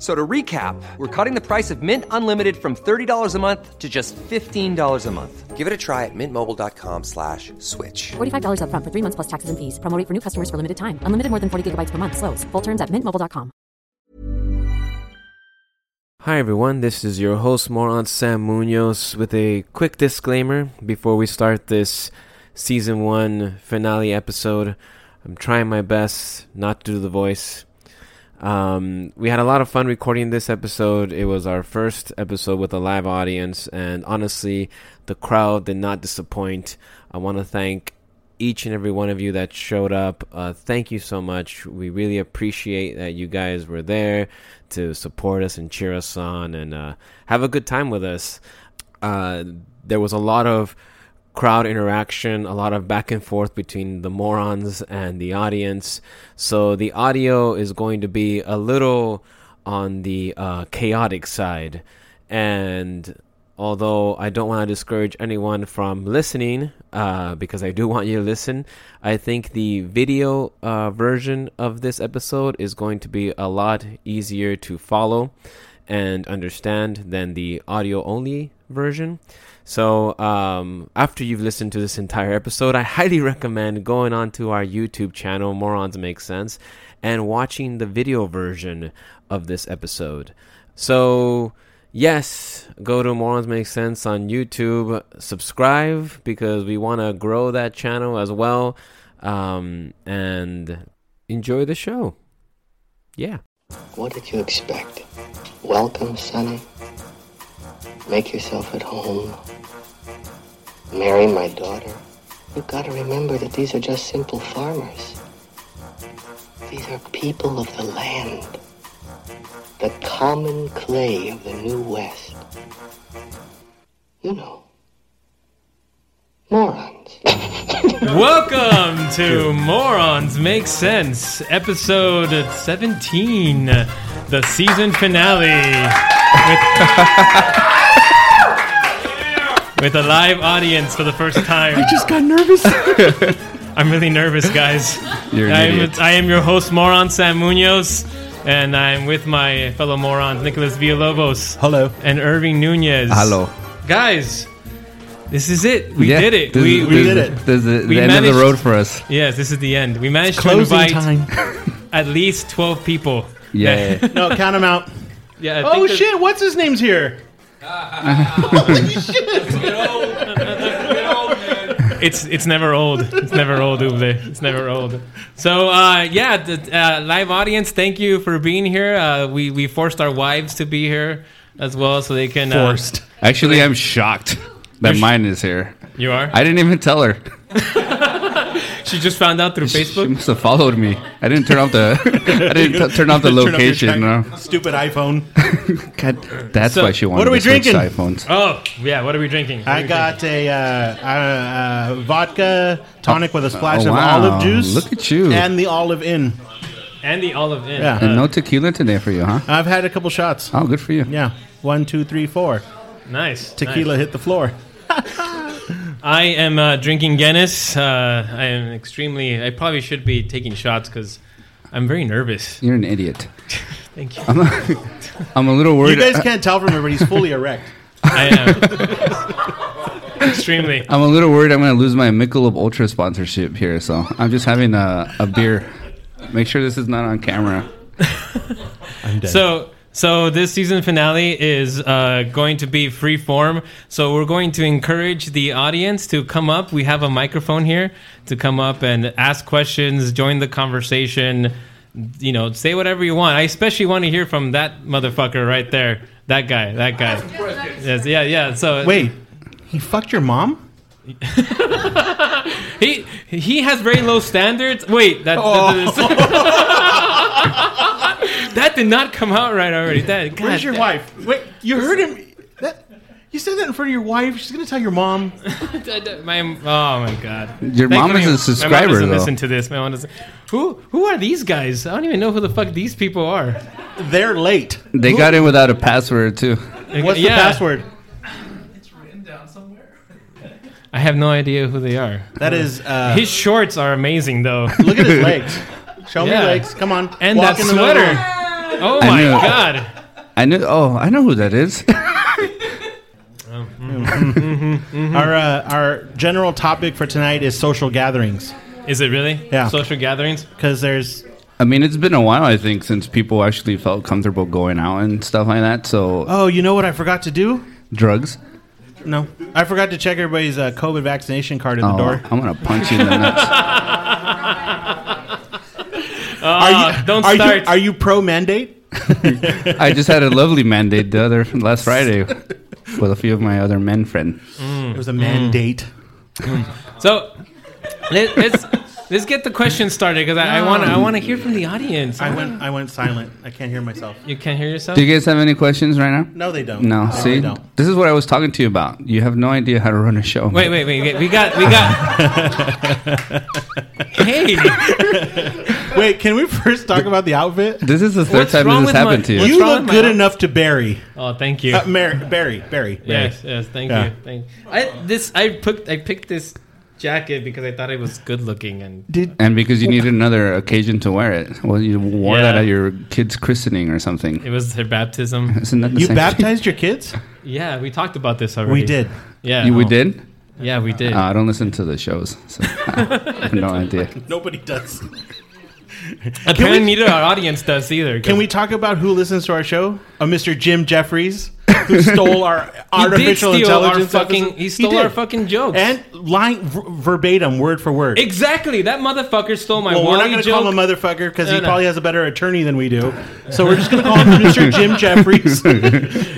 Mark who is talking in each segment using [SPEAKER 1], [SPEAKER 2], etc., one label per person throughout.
[SPEAKER 1] So to recap, we're cutting the price of Mint Unlimited from $30 a month to just $15 a month. Give it a try at mintmobile.com slash switch.
[SPEAKER 2] $45 upfront for three months plus taxes and fees. Promo rate for new customers for limited time. Unlimited more than 40 gigabytes per month. Slows. Full terms at mintmobile.com.
[SPEAKER 3] Hi everyone, this is your host Moron Sam Munoz with a quick disclaimer before we start this season 1 finale episode. I'm trying my best not to do the voice. Um, we had a lot of fun recording this episode. It was our first episode with a live audience, and honestly, the crowd did not disappoint. I want to thank each and every one of you that showed up. Uh, thank you so much. We really appreciate that you guys were there to support us and cheer us on and uh, have a good time with us. Uh, there was a lot of crowd interaction, a lot of back and forth between the morons and the audience. So the audio is going to be a little on the uh, chaotic side. And although I don't want to discourage anyone from listening, uh, because I do want you to listen, I think the video uh, version of this episode is going to be a lot easier to follow and understand than the audio only version. So, um, after you've listened to this entire episode, I highly recommend going onto our YouTube channel, Morons Make Sense, and watching the video version of this episode. So, yes, go to Morons Make Sense on YouTube, subscribe because we want to grow that channel as well, um, and enjoy the show. Yeah.
[SPEAKER 4] What did you expect? Welcome, Sonny. Make yourself at home. Marry my daughter. You gotta remember that these are just simple farmers. These are people of the land. The common clay of the New West. You know. Morons.
[SPEAKER 5] Welcome to Morons Make Sense, episode 17, the season finale. With, with a live audience for the first time. I just got nervous. I'm really nervous, guys.
[SPEAKER 6] You're an
[SPEAKER 5] I'm,
[SPEAKER 6] idiot.
[SPEAKER 5] I am your host, Moron Sam Munoz, and I'm with my fellow morons, Nicholas Villalobos.
[SPEAKER 6] Hello.
[SPEAKER 5] And Irving Nunez.
[SPEAKER 6] Hello.
[SPEAKER 5] Guys, this is it. We
[SPEAKER 6] Yeah,
[SPEAKER 5] did it.
[SPEAKER 6] this-
[SPEAKER 5] we, we
[SPEAKER 6] this- This is the
[SPEAKER 5] we
[SPEAKER 6] end of the
[SPEAKER 5] managed-
[SPEAKER 6] road for us.
[SPEAKER 5] Yes, this is the end. We managed to
[SPEAKER 7] Closing
[SPEAKER 5] invite
[SPEAKER 7] time.
[SPEAKER 5] at least 12 people.
[SPEAKER 6] Yeah.
[SPEAKER 7] No, count them out.
[SPEAKER 5] Yeah. I
[SPEAKER 7] Oh
[SPEAKER 5] think there's-
[SPEAKER 7] shit! What's his name's here?
[SPEAKER 5] It's it's never old. It's never old, Uble. It's never old. So uh, yeah, the, uh, live audience, thank you for being here. Uh, we we forced our wives to be here as well, so they can uh,
[SPEAKER 7] Forced.
[SPEAKER 6] Actually, I'm shocked that mine is here.
[SPEAKER 5] You are.
[SPEAKER 6] I didn't even tell her.
[SPEAKER 5] she just found out through
[SPEAKER 6] She
[SPEAKER 5] Facebook.
[SPEAKER 6] must have followed me. I didn't turn off the. I didn't t- turn off the location. No.
[SPEAKER 7] Stupid iPhone.
[SPEAKER 6] God, that's
[SPEAKER 5] So,
[SPEAKER 6] why she wanted
[SPEAKER 7] what are we
[SPEAKER 6] to switch to
[SPEAKER 7] drinking?
[SPEAKER 6] iPhones.
[SPEAKER 5] Oh yeah, what are we drinking? What are
[SPEAKER 7] I
[SPEAKER 5] we
[SPEAKER 7] got a uh, uh, uh, vodka tonic with a splash
[SPEAKER 6] Oh,
[SPEAKER 7] of
[SPEAKER 6] wow.
[SPEAKER 7] olive juice.
[SPEAKER 6] Look at you.
[SPEAKER 7] And the olive in.
[SPEAKER 5] drinking? and the olive in.
[SPEAKER 7] Yeah.
[SPEAKER 6] and no tequila today for you, huh?
[SPEAKER 7] I've had a couple shots.
[SPEAKER 6] Oh, good for you.
[SPEAKER 7] Yeah. One, two, three, four.
[SPEAKER 5] Nice
[SPEAKER 7] Tequila
[SPEAKER 5] nice.
[SPEAKER 7] hit the floor.
[SPEAKER 5] I am uh, drinking Guinness. Uh, I am extremely. I probably should be taking shots because I'm very nervous.
[SPEAKER 6] You're an idiot.
[SPEAKER 5] Thank you.
[SPEAKER 6] I'm a little
[SPEAKER 7] You
[SPEAKER 6] worried.
[SPEAKER 7] guys can't tell from him, but he's fully erect.
[SPEAKER 5] I am extremely.
[SPEAKER 6] I'm a little worried. I'm going to lose my Michelob Ultra sponsorship here, so I'm just having a, a beer. Make sure this is not on camera.
[SPEAKER 5] So so this season finale is uh, going to be free form. So we're going to encourage the audience to come up. We have a microphone here to come up and ask questions, join the conversation. You know, say whatever you want. I especially want to hear from that motherfucker right there. That guy. That guy. Yes, yeah, yeah. So
[SPEAKER 7] Wait, he fucked your mom?
[SPEAKER 5] He he has very low standards. Wait, that
[SPEAKER 7] Oh.
[SPEAKER 5] that, that did not come out right already. That God,
[SPEAKER 7] Where's your wife? Wait, you heard him. That, you said that in front of your wife. She's gonna tell your mom.
[SPEAKER 5] that- that- My oh my God.
[SPEAKER 6] Your mom is a
[SPEAKER 5] My
[SPEAKER 6] subscriber,
[SPEAKER 5] mom doesn't
[SPEAKER 6] though.
[SPEAKER 5] listen to this. My mom doesn't. Who who are these guys? I don't even know who the fuck these people are.
[SPEAKER 7] They're late.
[SPEAKER 6] They got in without a password too.
[SPEAKER 7] What's
[SPEAKER 5] Yeah.
[SPEAKER 7] the password?
[SPEAKER 5] I have no idea who they are.
[SPEAKER 7] That is. Uh,
[SPEAKER 5] His shorts are amazing though.
[SPEAKER 7] look at his legs. Show
[SPEAKER 5] Yeah.
[SPEAKER 7] me legs. Come on.
[SPEAKER 5] And
[SPEAKER 7] Walk
[SPEAKER 5] that
[SPEAKER 7] in the middle.
[SPEAKER 5] sweater. Oh
[SPEAKER 6] I
[SPEAKER 5] my
[SPEAKER 6] knew it.
[SPEAKER 5] God.
[SPEAKER 6] I know. Oh, I know who that is.
[SPEAKER 5] Mm-hmm.
[SPEAKER 7] Our uh, our general topic for tonight is social gatherings
[SPEAKER 5] Is it really?
[SPEAKER 7] Yeah.
[SPEAKER 5] Social gatherings.
[SPEAKER 7] because there's
[SPEAKER 6] I mean, it's been a while, I think, since people actually felt comfortable going out and stuff like that. So,
[SPEAKER 7] oh you know what I forgot to do.
[SPEAKER 6] drugs.
[SPEAKER 7] No, I forgot to check everybody's uh, COVID vaccination card in
[SPEAKER 6] Oh,
[SPEAKER 7] the door.
[SPEAKER 6] I'm gonna punch you in the nuts.
[SPEAKER 5] Uh, don't
[SPEAKER 7] are
[SPEAKER 5] start.
[SPEAKER 7] You, are you pro mandate?
[SPEAKER 6] I just had a lovely mandate the other last Friday with a few of my other men friends.
[SPEAKER 5] Mm.
[SPEAKER 7] It was a mandate.
[SPEAKER 5] Mm-hmm. so let, let's let's get the question started because I want I want to hear from the audience.
[SPEAKER 7] I went I went silent. I can't hear myself.
[SPEAKER 5] you can't hear yourself.
[SPEAKER 6] Do you guys have any questions right now?
[SPEAKER 7] No, they don't.
[SPEAKER 6] No.
[SPEAKER 7] they
[SPEAKER 6] see,
[SPEAKER 7] don't.
[SPEAKER 6] this is what I was talking to you about. You have no idea how to run a show.
[SPEAKER 5] Wait, wait, wait. We got we got. hey,
[SPEAKER 7] Wait, can we first talk about the outfit?
[SPEAKER 6] This is the third
[SPEAKER 5] What's
[SPEAKER 6] time
[SPEAKER 5] wrong
[SPEAKER 6] this has
[SPEAKER 5] with my-
[SPEAKER 6] happened to you.
[SPEAKER 5] What's
[SPEAKER 7] you
[SPEAKER 5] wrong
[SPEAKER 7] look
[SPEAKER 5] with my
[SPEAKER 7] good
[SPEAKER 5] outfit?
[SPEAKER 7] enough to bury.
[SPEAKER 5] oh, thank you.
[SPEAKER 7] Uh, Mar- Barry, Barry, Barry.
[SPEAKER 5] yes, yes, thank
[SPEAKER 7] Yeah.
[SPEAKER 5] you. Thank. I this I picked I picked this jacket because I thought it was good looking and
[SPEAKER 6] And because you needed another occasion to wear it. Well, you wore
[SPEAKER 5] Yeah.
[SPEAKER 6] that at your kid's christening or something.
[SPEAKER 5] it was her baptism.
[SPEAKER 6] Isn't that the
[SPEAKER 7] You
[SPEAKER 6] same thing?
[SPEAKER 7] baptized your kids?
[SPEAKER 5] Yeah, we talked about this already.
[SPEAKER 7] We did.
[SPEAKER 5] Yeah,
[SPEAKER 6] You, we
[SPEAKER 5] oh,
[SPEAKER 6] did?
[SPEAKER 5] Yeah, we did.
[SPEAKER 6] Uh, I don't listen to the shows, so I have no idea.
[SPEAKER 7] Nobody does.
[SPEAKER 5] Apparently,
[SPEAKER 7] we-
[SPEAKER 5] neither our audience does either.
[SPEAKER 7] Can we talk about who listens to our show? A Mr. Jim Jeffries, who stole our artificial
[SPEAKER 5] he did steal
[SPEAKER 7] intelligence.
[SPEAKER 5] Our fucking,
[SPEAKER 7] episode.
[SPEAKER 5] he stole
[SPEAKER 7] did.
[SPEAKER 5] our fucking jokes.
[SPEAKER 7] and lying v- verbatim, word for word.
[SPEAKER 5] exactly, that motherfucker stole my
[SPEAKER 7] well, we're
[SPEAKER 5] Wally
[SPEAKER 7] not going to
[SPEAKER 5] joke.
[SPEAKER 7] call him a motherfucker because
[SPEAKER 5] No,
[SPEAKER 7] he
[SPEAKER 5] no.
[SPEAKER 7] probably has a better attorney than we do. So we're just going to call him Mr. Jim Jeffries,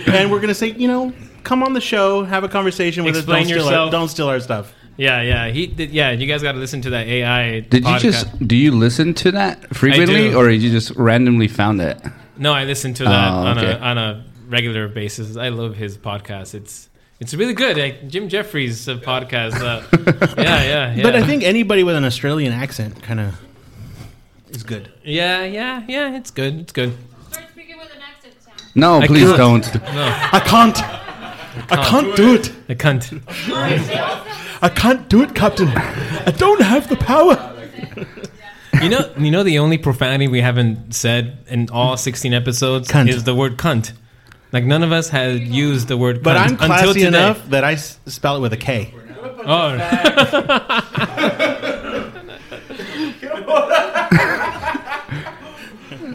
[SPEAKER 7] and we're going to say, you know, come on the show, have a conversation with
[SPEAKER 5] Explain
[SPEAKER 7] us. Don't Steal our,
[SPEAKER 5] yourself.
[SPEAKER 7] don't steal our stuff.
[SPEAKER 5] yeah, yeah, he did. Yeah, you guys got to listen to that AI.
[SPEAKER 6] Did you
[SPEAKER 5] podcast.
[SPEAKER 6] just do you listen to that frequently
[SPEAKER 5] do.
[SPEAKER 6] or you just randomly found it?
[SPEAKER 5] No, I listen to that
[SPEAKER 6] Oh,
[SPEAKER 5] on a
[SPEAKER 6] okay.
[SPEAKER 5] on a regular basis. I love his podcast. It's it's really good. Like Jim Jeffries' uh, podcast. Uh, yeah, Uh, yeah, yeah.
[SPEAKER 7] But I think anybody with an Australian accent kind of is good.
[SPEAKER 5] yeah, yeah, yeah. It's good. It's good.
[SPEAKER 8] Start speaking with an accent sound.
[SPEAKER 6] No,
[SPEAKER 5] I
[SPEAKER 6] please
[SPEAKER 5] can't.
[SPEAKER 6] don't.
[SPEAKER 7] I can't. I can't do it.
[SPEAKER 5] The cunt.
[SPEAKER 7] I can't do it, Captain. I don't have the power.
[SPEAKER 5] You know, you know, the only profanity we haven't said in all 16 episodes
[SPEAKER 7] Cunt.
[SPEAKER 5] is the word cunt. Like none of us had used the word cunt
[SPEAKER 7] But I'm
[SPEAKER 5] until
[SPEAKER 7] classy
[SPEAKER 5] today.
[SPEAKER 7] enough that I s- spell it with a K.
[SPEAKER 5] Oh,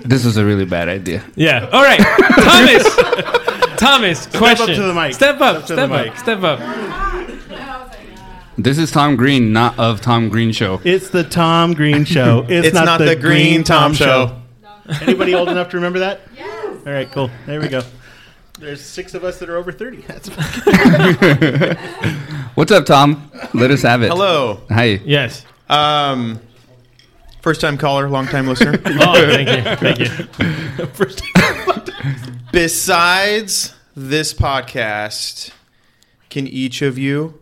[SPEAKER 6] This was a really bad idea.
[SPEAKER 5] yeah. All right, Thomas. Thomas, question.
[SPEAKER 7] to the mic.
[SPEAKER 5] Step up.
[SPEAKER 7] Step
[SPEAKER 5] Step
[SPEAKER 7] to the
[SPEAKER 5] up.
[SPEAKER 7] mic.
[SPEAKER 5] Step up.
[SPEAKER 6] This is Tom Green, not of Tom Green show.
[SPEAKER 7] It's the Tom Green Show. It's, not, the, Green, Tom, Show. Anybody old enough to remember that? Yes. All right, cool. There we go. There's six of us that are over 30. That's
[SPEAKER 6] What's up, Tom? Let us have it.
[SPEAKER 9] Hello.
[SPEAKER 6] Hi.
[SPEAKER 5] Yes.
[SPEAKER 9] Um, first time caller, long time listener.
[SPEAKER 5] Oh, thank you. Thank you.
[SPEAKER 9] Besides this podcast, can each of you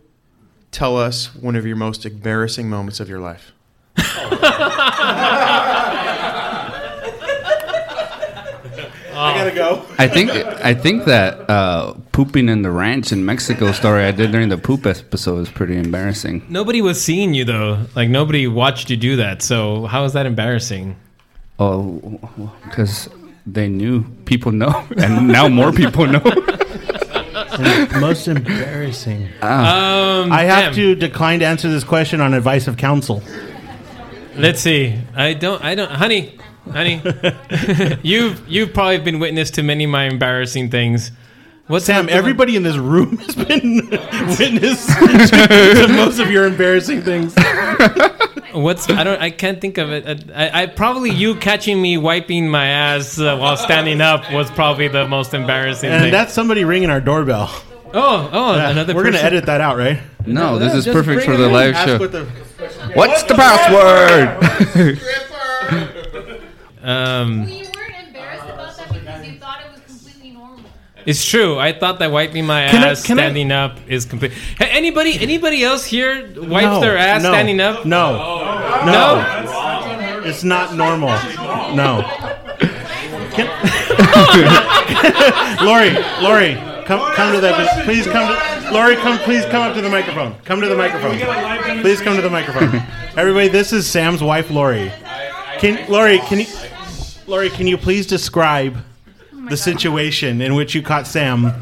[SPEAKER 9] tell us one of your most embarrassing moments of your life?
[SPEAKER 7] I gotta go.
[SPEAKER 6] I think I think that uh, pooping in the ranch in Mexico story I did during the poop episode is pretty embarrassing.
[SPEAKER 5] Nobody was seeing you though. Like nobody watched you do that. So how is that embarrassing?
[SPEAKER 6] Oh, because they knew people know, and now more people know.
[SPEAKER 7] Most embarrassing.
[SPEAKER 5] Um,
[SPEAKER 7] I have
[SPEAKER 5] damn.
[SPEAKER 7] to decline to answer this question on advice of counsel.
[SPEAKER 5] Let's see. I don't. I don't. Honey, honey, you've you've probably been witness to many of my embarrassing things. What's
[SPEAKER 7] Sam,
[SPEAKER 5] that-
[SPEAKER 7] everybody in this room has been witness to, to most of your embarrassing things.
[SPEAKER 5] What's I don't. I can't think of it. Uh, I, I probably you catching me wiping my ass uh, while standing up was probably the most embarrassing thing.
[SPEAKER 7] And that's somebody ringing our doorbell.
[SPEAKER 5] oh, oh, another.
[SPEAKER 7] We're gonna
[SPEAKER 5] person.
[SPEAKER 7] edit that out, right?
[SPEAKER 6] No, this is
[SPEAKER 5] just
[SPEAKER 6] perfect for
[SPEAKER 5] bring it
[SPEAKER 6] the
[SPEAKER 5] in.
[SPEAKER 6] live
[SPEAKER 7] Ask
[SPEAKER 6] show.
[SPEAKER 7] what the
[SPEAKER 6] What's the password?
[SPEAKER 5] Um,
[SPEAKER 8] You weren't embarrassed about that because you thought it was completely normal.
[SPEAKER 5] it's true. I thought that wiping my
[SPEAKER 7] Can I-
[SPEAKER 5] ass
[SPEAKER 7] can I-
[SPEAKER 5] standing up is complete. Hey, anybody anybody else here wipes their ass
[SPEAKER 7] no,
[SPEAKER 5] standing up?
[SPEAKER 7] No,
[SPEAKER 5] No.
[SPEAKER 7] it's not normal. No. Can- Lori, Lori, come come to that. Please come. To, Lori, come. Please come up to the microphone. Come to the microphone. Please come to the microphone. Everybody, this is Sam's wife, Lori. Can Lori? Can you? Lori, can you please describe the situation in which you caught Sam?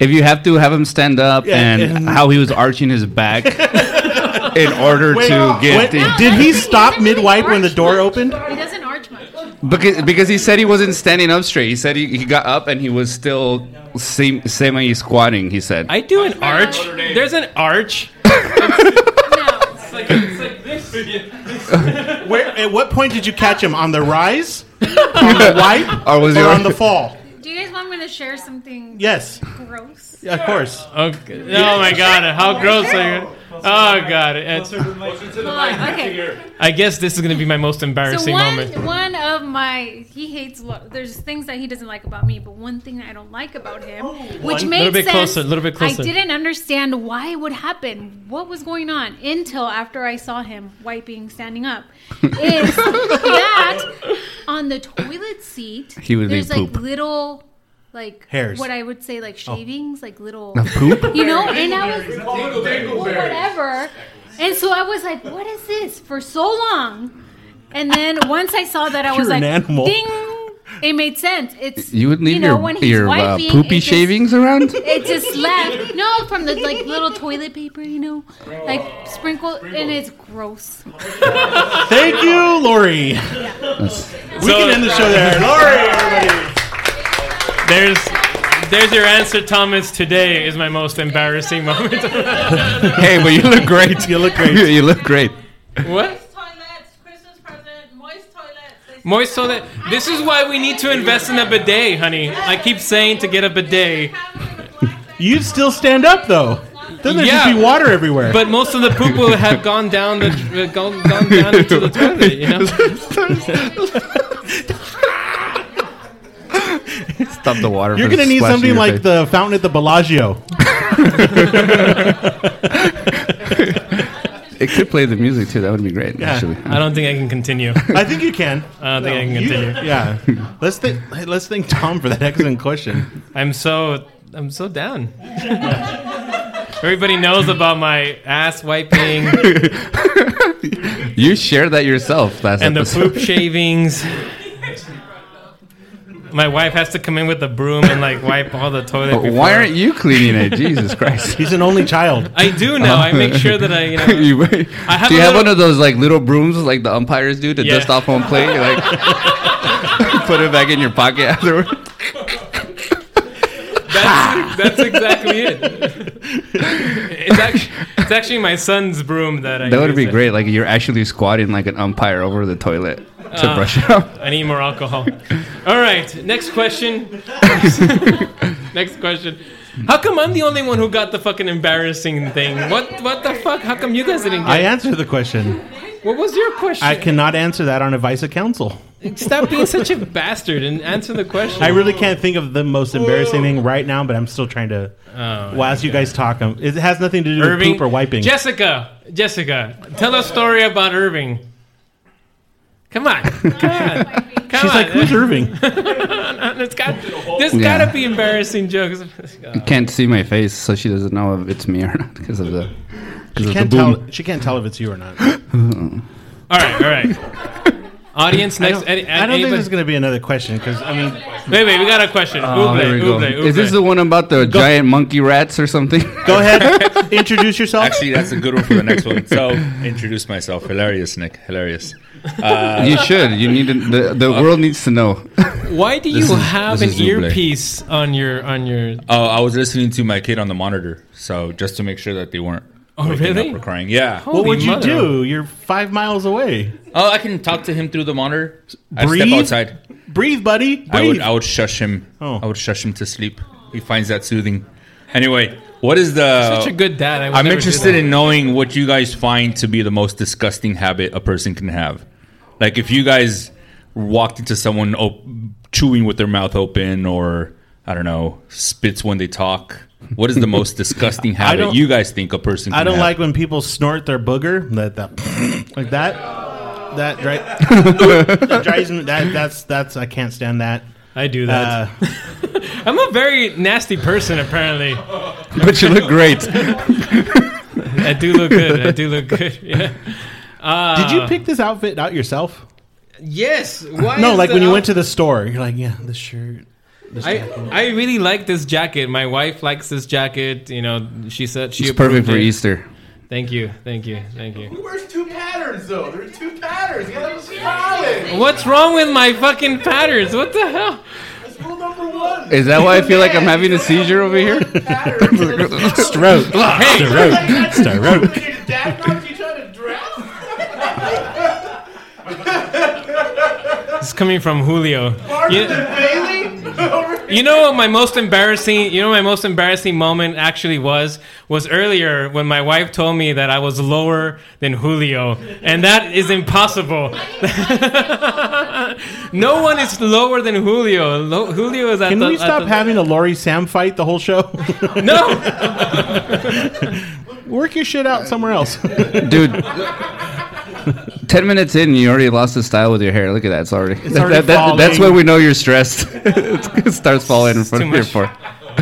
[SPEAKER 6] If you have to have him stand up
[SPEAKER 7] Yeah,
[SPEAKER 6] and,
[SPEAKER 7] and-
[SPEAKER 6] how he was arching his back in order to
[SPEAKER 7] wait,
[SPEAKER 6] get the,
[SPEAKER 7] did he
[SPEAKER 8] doesn't-
[SPEAKER 7] stop
[SPEAKER 8] doesn't
[SPEAKER 7] mid wipe when the
[SPEAKER 8] arch
[SPEAKER 7] door
[SPEAKER 8] much.
[SPEAKER 7] opened?
[SPEAKER 8] He doesn't arch much.
[SPEAKER 6] because because he said he wasn't standing up straight. He said he, he got up and he was still semi squatting. He said,
[SPEAKER 5] I do an arch. There's an arch.
[SPEAKER 8] No.
[SPEAKER 7] Where, at what point did you catch him? On the rise, on the wipe,
[SPEAKER 6] Or was he
[SPEAKER 7] or
[SPEAKER 6] on-
[SPEAKER 7] on the fall?
[SPEAKER 8] Do you guys want me to share something
[SPEAKER 7] Yes,
[SPEAKER 8] gross?
[SPEAKER 7] of course.
[SPEAKER 5] Okay. Oh my god! How gross are you? Oh god! It's-
[SPEAKER 8] Hold on, Okay.
[SPEAKER 5] I guess this is gonna be my most
[SPEAKER 8] So
[SPEAKER 5] embarrassing
[SPEAKER 8] one,
[SPEAKER 5] moment.
[SPEAKER 8] one of my he hates. Lo- there's things that he doesn't like about me, but one thing that I don't like about
[SPEAKER 6] Oh,
[SPEAKER 8] him, which
[SPEAKER 7] One-
[SPEAKER 8] made
[SPEAKER 5] Little bit
[SPEAKER 8] sense.
[SPEAKER 5] closer, little bit closer.
[SPEAKER 8] I didn't understand why it would happen, what was going on, until after I saw him wiping, standing up. Is that on the toilet seat?
[SPEAKER 6] He would
[SPEAKER 8] there's
[SPEAKER 6] leave
[SPEAKER 8] like
[SPEAKER 6] poop. Oh.
[SPEAKER 8] little, like
[SPEAKER 7] Hairs.
[SPEAKER 8] What I would say, like shavings, like little
[SPEAKER 6] poop?
[SPEAKER 8] you know, and I was well, whatever. And so I was like, what is this for so long? And then once I saw that, I was
[SPEAKER 7] You're
[SPEAKER 8] like,
[SPEAKER 7] an animal.
[SPEAKER 8] ding. It made sense. It's
[SPEAKER 6] You would leave
[SPEAKER 8] know,
[SPEAKER 6] your,
[SPEAKER 8] when he's
[SPEAKER 6] your uh,
[SPEAKER 8] wiping,
[SPEAKER 6] poopy
[SPEAKER 8] it just-
[SPEAKER 6] shavings around?
[SPEAKER 8] It just left. No, from the like little toilet paper, you know, like sprinkle, and it's gross.
[SPEAKER 7] Thank you, Lori. We can end the show there, Lori. Everybody.
[SPEAKER 5] There's there's your answer, Thomas. Today is my most embarrassing moment.
[SPEAKER 6] hey, but you look great.
[SPEAKER 7] You look great.
[SPEAKER 6] you look great.
[SPEAKER 5] what?
[SPEAKER 8] Toilets, Christmas present, moist toilets.
[SPEAKER 5] Moist toilet. This is why we need to invest in a bidet, honey. I keep saying to get a bidet,
[SPEAKER 7] You'd still stand up though. Then there'd
[SPEAKER 5] Yeah.
[SPEAKER 7] just be water everywhere.
[SPEAKER 5] but most of the poop will have gone down the uh, gone, gone down into the toilet. You know.
[SPEAKER 6] Stop the water.
[SPEAKER 7] you're
[SPEAKER 6] from
[SPEAKER 7] gonna need
[SPEAKER 6] splashing
[SPEAKER 7] something
[SPEAKER 6] your
[SPEAKER 7] like
[SPEAKER 6] face.
[SPEAKER 7] the fountain at the Bellagio.
[SPEAKER 6] It could play the music too. That would be great. Actually,
[SPEAKER 5] I don't think I can continue.
[SPEAKER 7] I think you can.
[SPEAKER 5] I don't think I can continue.
[SPEAKER 7] Yeah. Let's think. hey, Let's thank Tom for that excellent question.
[SPEAKER 5] I'm so I'm so down. Everybody knows about my ass wiping
[SPEAKER 6] you shared that yourself last
[SPEAKER 5] and the
[SPEAKER 6] episode.
[SPEAKER 5] poop shavings. My wife has to come in with a broom and like wipe all the toilet.
[SPEAKER 6] But
[SPEAKER 5] before-
[SPEAKER 6] why aren't you cleaning it? Jesus Christ!
[SPEAKER 7] He's an only child.
[SPEAKER 5] I do know. I make sure that I you know.
[SPEAKER 6] You-
[SPEAKER 5] have
[SPEAKER 6] do you
[SPEAKER 5] a
[SPEAKER 6] have
[SPEAKER 5] little-
[SPEAKER 6] one of those like little brooms like the umpires do to
[SPEAKER 5] Yeah.
[SPEAKER 6] dust off home plate? You, Like put it back in your pocket afterward.
[SPEAKER 5] That's, that's exactly it. It's actually, it's actually my son's broom that I.
[SPEAKER 6] That would
[SPEAKER 5] use
[SPEAKER 6] be
[SPEAKER 5] it.
[SPEAKER 6] great. Like you're actually squatting like an umpire over the toilet to
[SPEAKER 5] Uh,
[SPEAKER 6] brush it up.
[SPEAKER 5] Ah, I need more alcohol. All right, next question. next question. How come I'm the only one who got the fucking embarrassing thing? What what the fuck? How come you guys didn't get?
[SPEAKER 7] I answered the question.
[SPEAKER 5] what was your question?
[SPEAKER 7] I cannot answer that on advice of counsel.
[SPEAKER 5] Stop being such a bastard and answer the question.
[SPEAKER 7] I really can't think of the most embarrassing thing right now, but I'm still trying to.
[SPEAKER 5] Oh.
[SPEAKER 7] well, as you guys talk, um, it has nothing to do with poop or wiping.
[SPEAKER 5] Jessica, Jessica, tell a story about Irving. Come on, come on, come
[SPEAKER 7] She's
[SPEAKER 5] on.
[SPEAKER 7] like, who's Irving?
[SPEAKER 5] It's got, there's
[SPEAKER 6] Yeah.
[SPEAKER 5] gotta be embarrassing jokes.
[SPEAKER 6] Can't see my face, so she doesn't know if it's me or not because of the because of the
[SPEAKER 7] Can't
[SPEAKER 6] boom.
[SPEAKER 7] tell, she can't tell if it's you or not.
[SPEAKER 5] All right, all right. Audience,
[SPEAKER 7] I
[SPEAKER 5] next.
[SPEAKER 7] don't,
[SPEAKER 5] any-
[SPEAKER 7] I don't think
[SPEAKER 5] anybody-
[SPEAKER 7] there's going to be another question because I mean,
[SPEAKER 5] Wait, wait, we got a question.
[SPEAKER 6] Oh,
[SPEAKER 5] Uble,
[SPEAKER 6] there we go.
[SPEAKER 5] Uble, Uble.
[SPEAKER 6] Is this the one about the giant monkey rats or something?
[SPEAKER 7] go ahead, introduce yourself.
[SPEAKER 10] Actually, that's a good one for the next one. So, introduce myself. Hilarious, Nick. Hilarious. Uh,
[SPEAKER 6] you should. You need to, the the world needs to know.
[SPEAKER 5] Why do you
[SPEAKER 6] This is-
[SPEAKER 5] have an
[SPEAKER 10] this is Uble.
[SPEAKER 5] earpiece on your on your?
[SPEAKER 10] Oh, I was listening to my kid on the monitor, so just to make sure that they weren't
[SPEAKER 5] Oh,
[SPEAKER 10] waking
[SPEAKER 5] really?
[SPEAKER 10] up or crying. Yeah.
[SPEAKER 7] what would you
[SPEAKER 5] mother.
[SPEAKER 7] do? You're five miles away.
[SPEAKER 10] Oh, I can talk to him through the monitor. I step
[SPEAKER 7] Breathe?
[SPEAKER 10] outside.
[SPEAKER 7] Breathe, buddy. Breathe.
[SPEAKER 10] I would I would shush him.
[SPEAKER 7] Oh.
[SPEAKER 10] I would shush him to sleep. He finds that soothing. Anyway, What is the
[SPEAKER 5] Such a good dad, I would
[SPEAKER 10] am
[SPEAKER 5] never do
[SPEAKER 10] interested
[SPEAKER 5] that.
[SPEAKER 10] in knowing what you guys find to be the most disgusting habit a person can have. Like if you guys walked into someone op- chewing with their mouth open, or I don't know, spits when they talk. What is the most disgusting
[SPEAKER 7] I
[SPEAKER 10] habit
[SPEAKER 7] don't-
[SPEAKER 10] you guys think a person? Can
[SPEAKER 7] I don't
[SPEAKER 10] have?
[SPEAKER 7] like when people snort their booger. That, that like that. That right? that drives me. That that's that's I can't stand that. Uh,
[SPEAKER 5] I do that. I'm a very nasty person, apparently.
[SPEAKER 6] But you look great.
[SPEAKER 5] I do look good. I do look good. Yeah. Uh,
[SPEAKER 7] Did you pick this outfit out yourself?
[SPEAKER 5] Yes. Why
[SPEAKER 7] no,
[SPEAKER 5] is
[SPEAKER 7] like
[SPEAKER 5] the
[SPEAKER 7] when you
[SPEAKER 5] outfit-
[SPEAKER 7] went to the store, you're like, yeah, this shirt. This
[SPEAKER 5] I,
[SPEAKER 7] jacket.
[SPEAKER 5] I really like this jacket. My wife likes this jacket. You know, she said she.
[SPEAKER 6] It's perfect
[SPEAKER 5] approved
[SPEAKER 6] for
[SPEAKER 5] it.
[SPEAKER 6] Easter.
[SPEAKER 5] Thank you, thank you, thank you.
[SPEAKER 11] There's two patterns though. There are two patterns. You gotta be solid.
[SPEAKER 5] What's wrong with my fucking patterns? What the hell?
[SPEAKER 11] That's rule number one.
[SPEAKER 6] Is that why I feel like I'm having a seizure over here?
[SPEAKER 7] Stroke.
[SPEAKER 6] Hey.
[SPEAKER 7] Stroke. Stroke.
[SPEAKER 5] It's coming from Julio. You,
[SPEAKER 11] Bailey?
[SPEAKER 5] you know what my most embarrassing you know what my most embarrassing moment actually was was earlier when my wife told me that I was lower than Julio and that is impossible. no one is lower than Julio. Lo- Julio is at
[SPEAKER 7] Can
[SPEAKER 5] the
[SPEAKER 7] we
[SPEAKER 5] at
[SPEAKER 7] stop
[SPEAKER 5] the-
[SPEAKER 7] having a Lori Sam fight the whole show?
[SPEAKER 5] No.
[SPEAKER 7] Work your shit out somewhere else.
[SPEAKER 6] Dude. Ten minutes in, you already lost the style with your hair. Look at that; it's already.
[SPEAKER 7] It's already
[SPEAKER 6] that's
[SPEAKER 7] falling.
[SPEAKER 6] when we know you're stressed. it starts falling in front
[SPEAKER 7] too
[SPEAKER 6] of your
[SPEAKER 7] much.
[SPEAKER 6] forehead.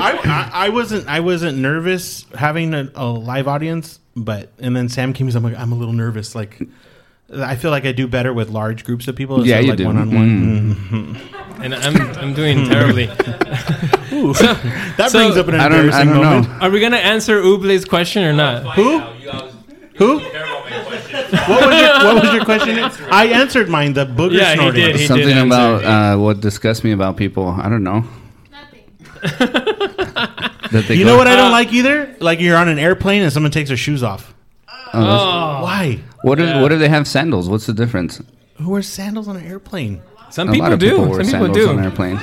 [SPEAKER 7] I, I, I wasn't I wasn't nervous having a, a live audience, but and then Sam came. I'm like I'm a little nervous. Like I feel like I do better with large groups of people.
[SPEAKER 6] Yeah,
[SPEAKER 7] instead of,
[SPEAKER 6] you
[SPEAKER 7] like
[SPEAKER 6] do. Mm.
[SPEAKER 7] One on one.
[SPEAKER 5] Mm. and I'm I'm doing terribly.
[SPEAKER 7] Ooh.
[SPEAKER 5] So-
[SPEAKER 7] That brings up an
[SPEAKER 6] I don't- I
[SPEAKER 7] embarrassing
[SPEAKER 6] don't know.
[SPEAKER 7] moment.
[SPEAKER 5] Are we gonna answer Uble's question or not?
[SPEAKER 7] Who? Who? what was your What was your question? I answered mine. The booger
[SPEAKER 5] Yeah, he
[SPEAKER 7] snorting.
[SPEAKER 5] did, he
[SPEAKER 6] Something about uh, what disgusts me about people. I don't know. Nothing. that they
[SPEAKER 7] You know what I
[SPEAKER 5] Uh,
[SPEAKER 7] don't like either? Like you're on an airplane and someone takes their shoes off.
[SPEAKER 6] Oh, that's-
[SPEAKER 7] Why?
[SPEAKER 6] What if what if they have sandals? What's the difference?
[SPEAKER 7] Who wears sandals on an airplane?
[SPEAKER 5] Some people do. Some people do.
[SPEAKER 6] on an airplane.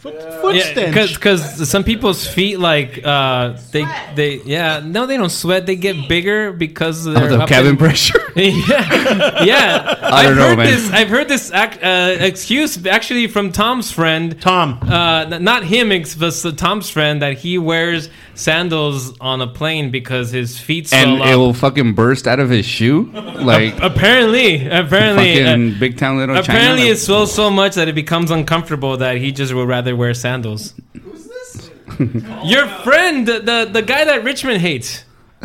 [SPEAKER 7] Foot stench.
[SPEAKER 5] because some people's feet like uh, they they yeah no they don't sweat they get bigger because of
[SPEAKER 6] Oh,
[SPEAKER 5] their
[SPEAKER 6] the
[SPEAKER 5] up
[SPEAKER 6] cabin
[SPEAKER 5] and-
[SPEAKER 6] pressure.
[SPEAKER 5] yeah yeah I
[SPEAKER 6] don't
[SPEAKER 5] have
[SPEAKER 6] know,
[SPEAKER 5] heard
[SPEAKER 6] man.
[SPEAKER 5] this I've heard this ac- uh, excuse actually from Tom's friend
[SPEAKER 7] Tom.
[SPEAKER 5] uh, n- not him ex- but s- Tom's friend that he wears sandals on a plane because his feet swell
[SPEAKER 6] and
[SPEAKER 5] up
[SPEAKER 6] it will fucking burst out of his shoe, like
[SPEAKER 5] apparently apparently uh,
[SPEAKER 6] fucking big town little
[SPEAKER 5] apparently
[SPEAKER 6] China.
[SPEAKER 5] it swells so much that it becomes uncomfortable that he just would rather wear sandals. Who's this? Your friend, the, the the guy that Richmond hates.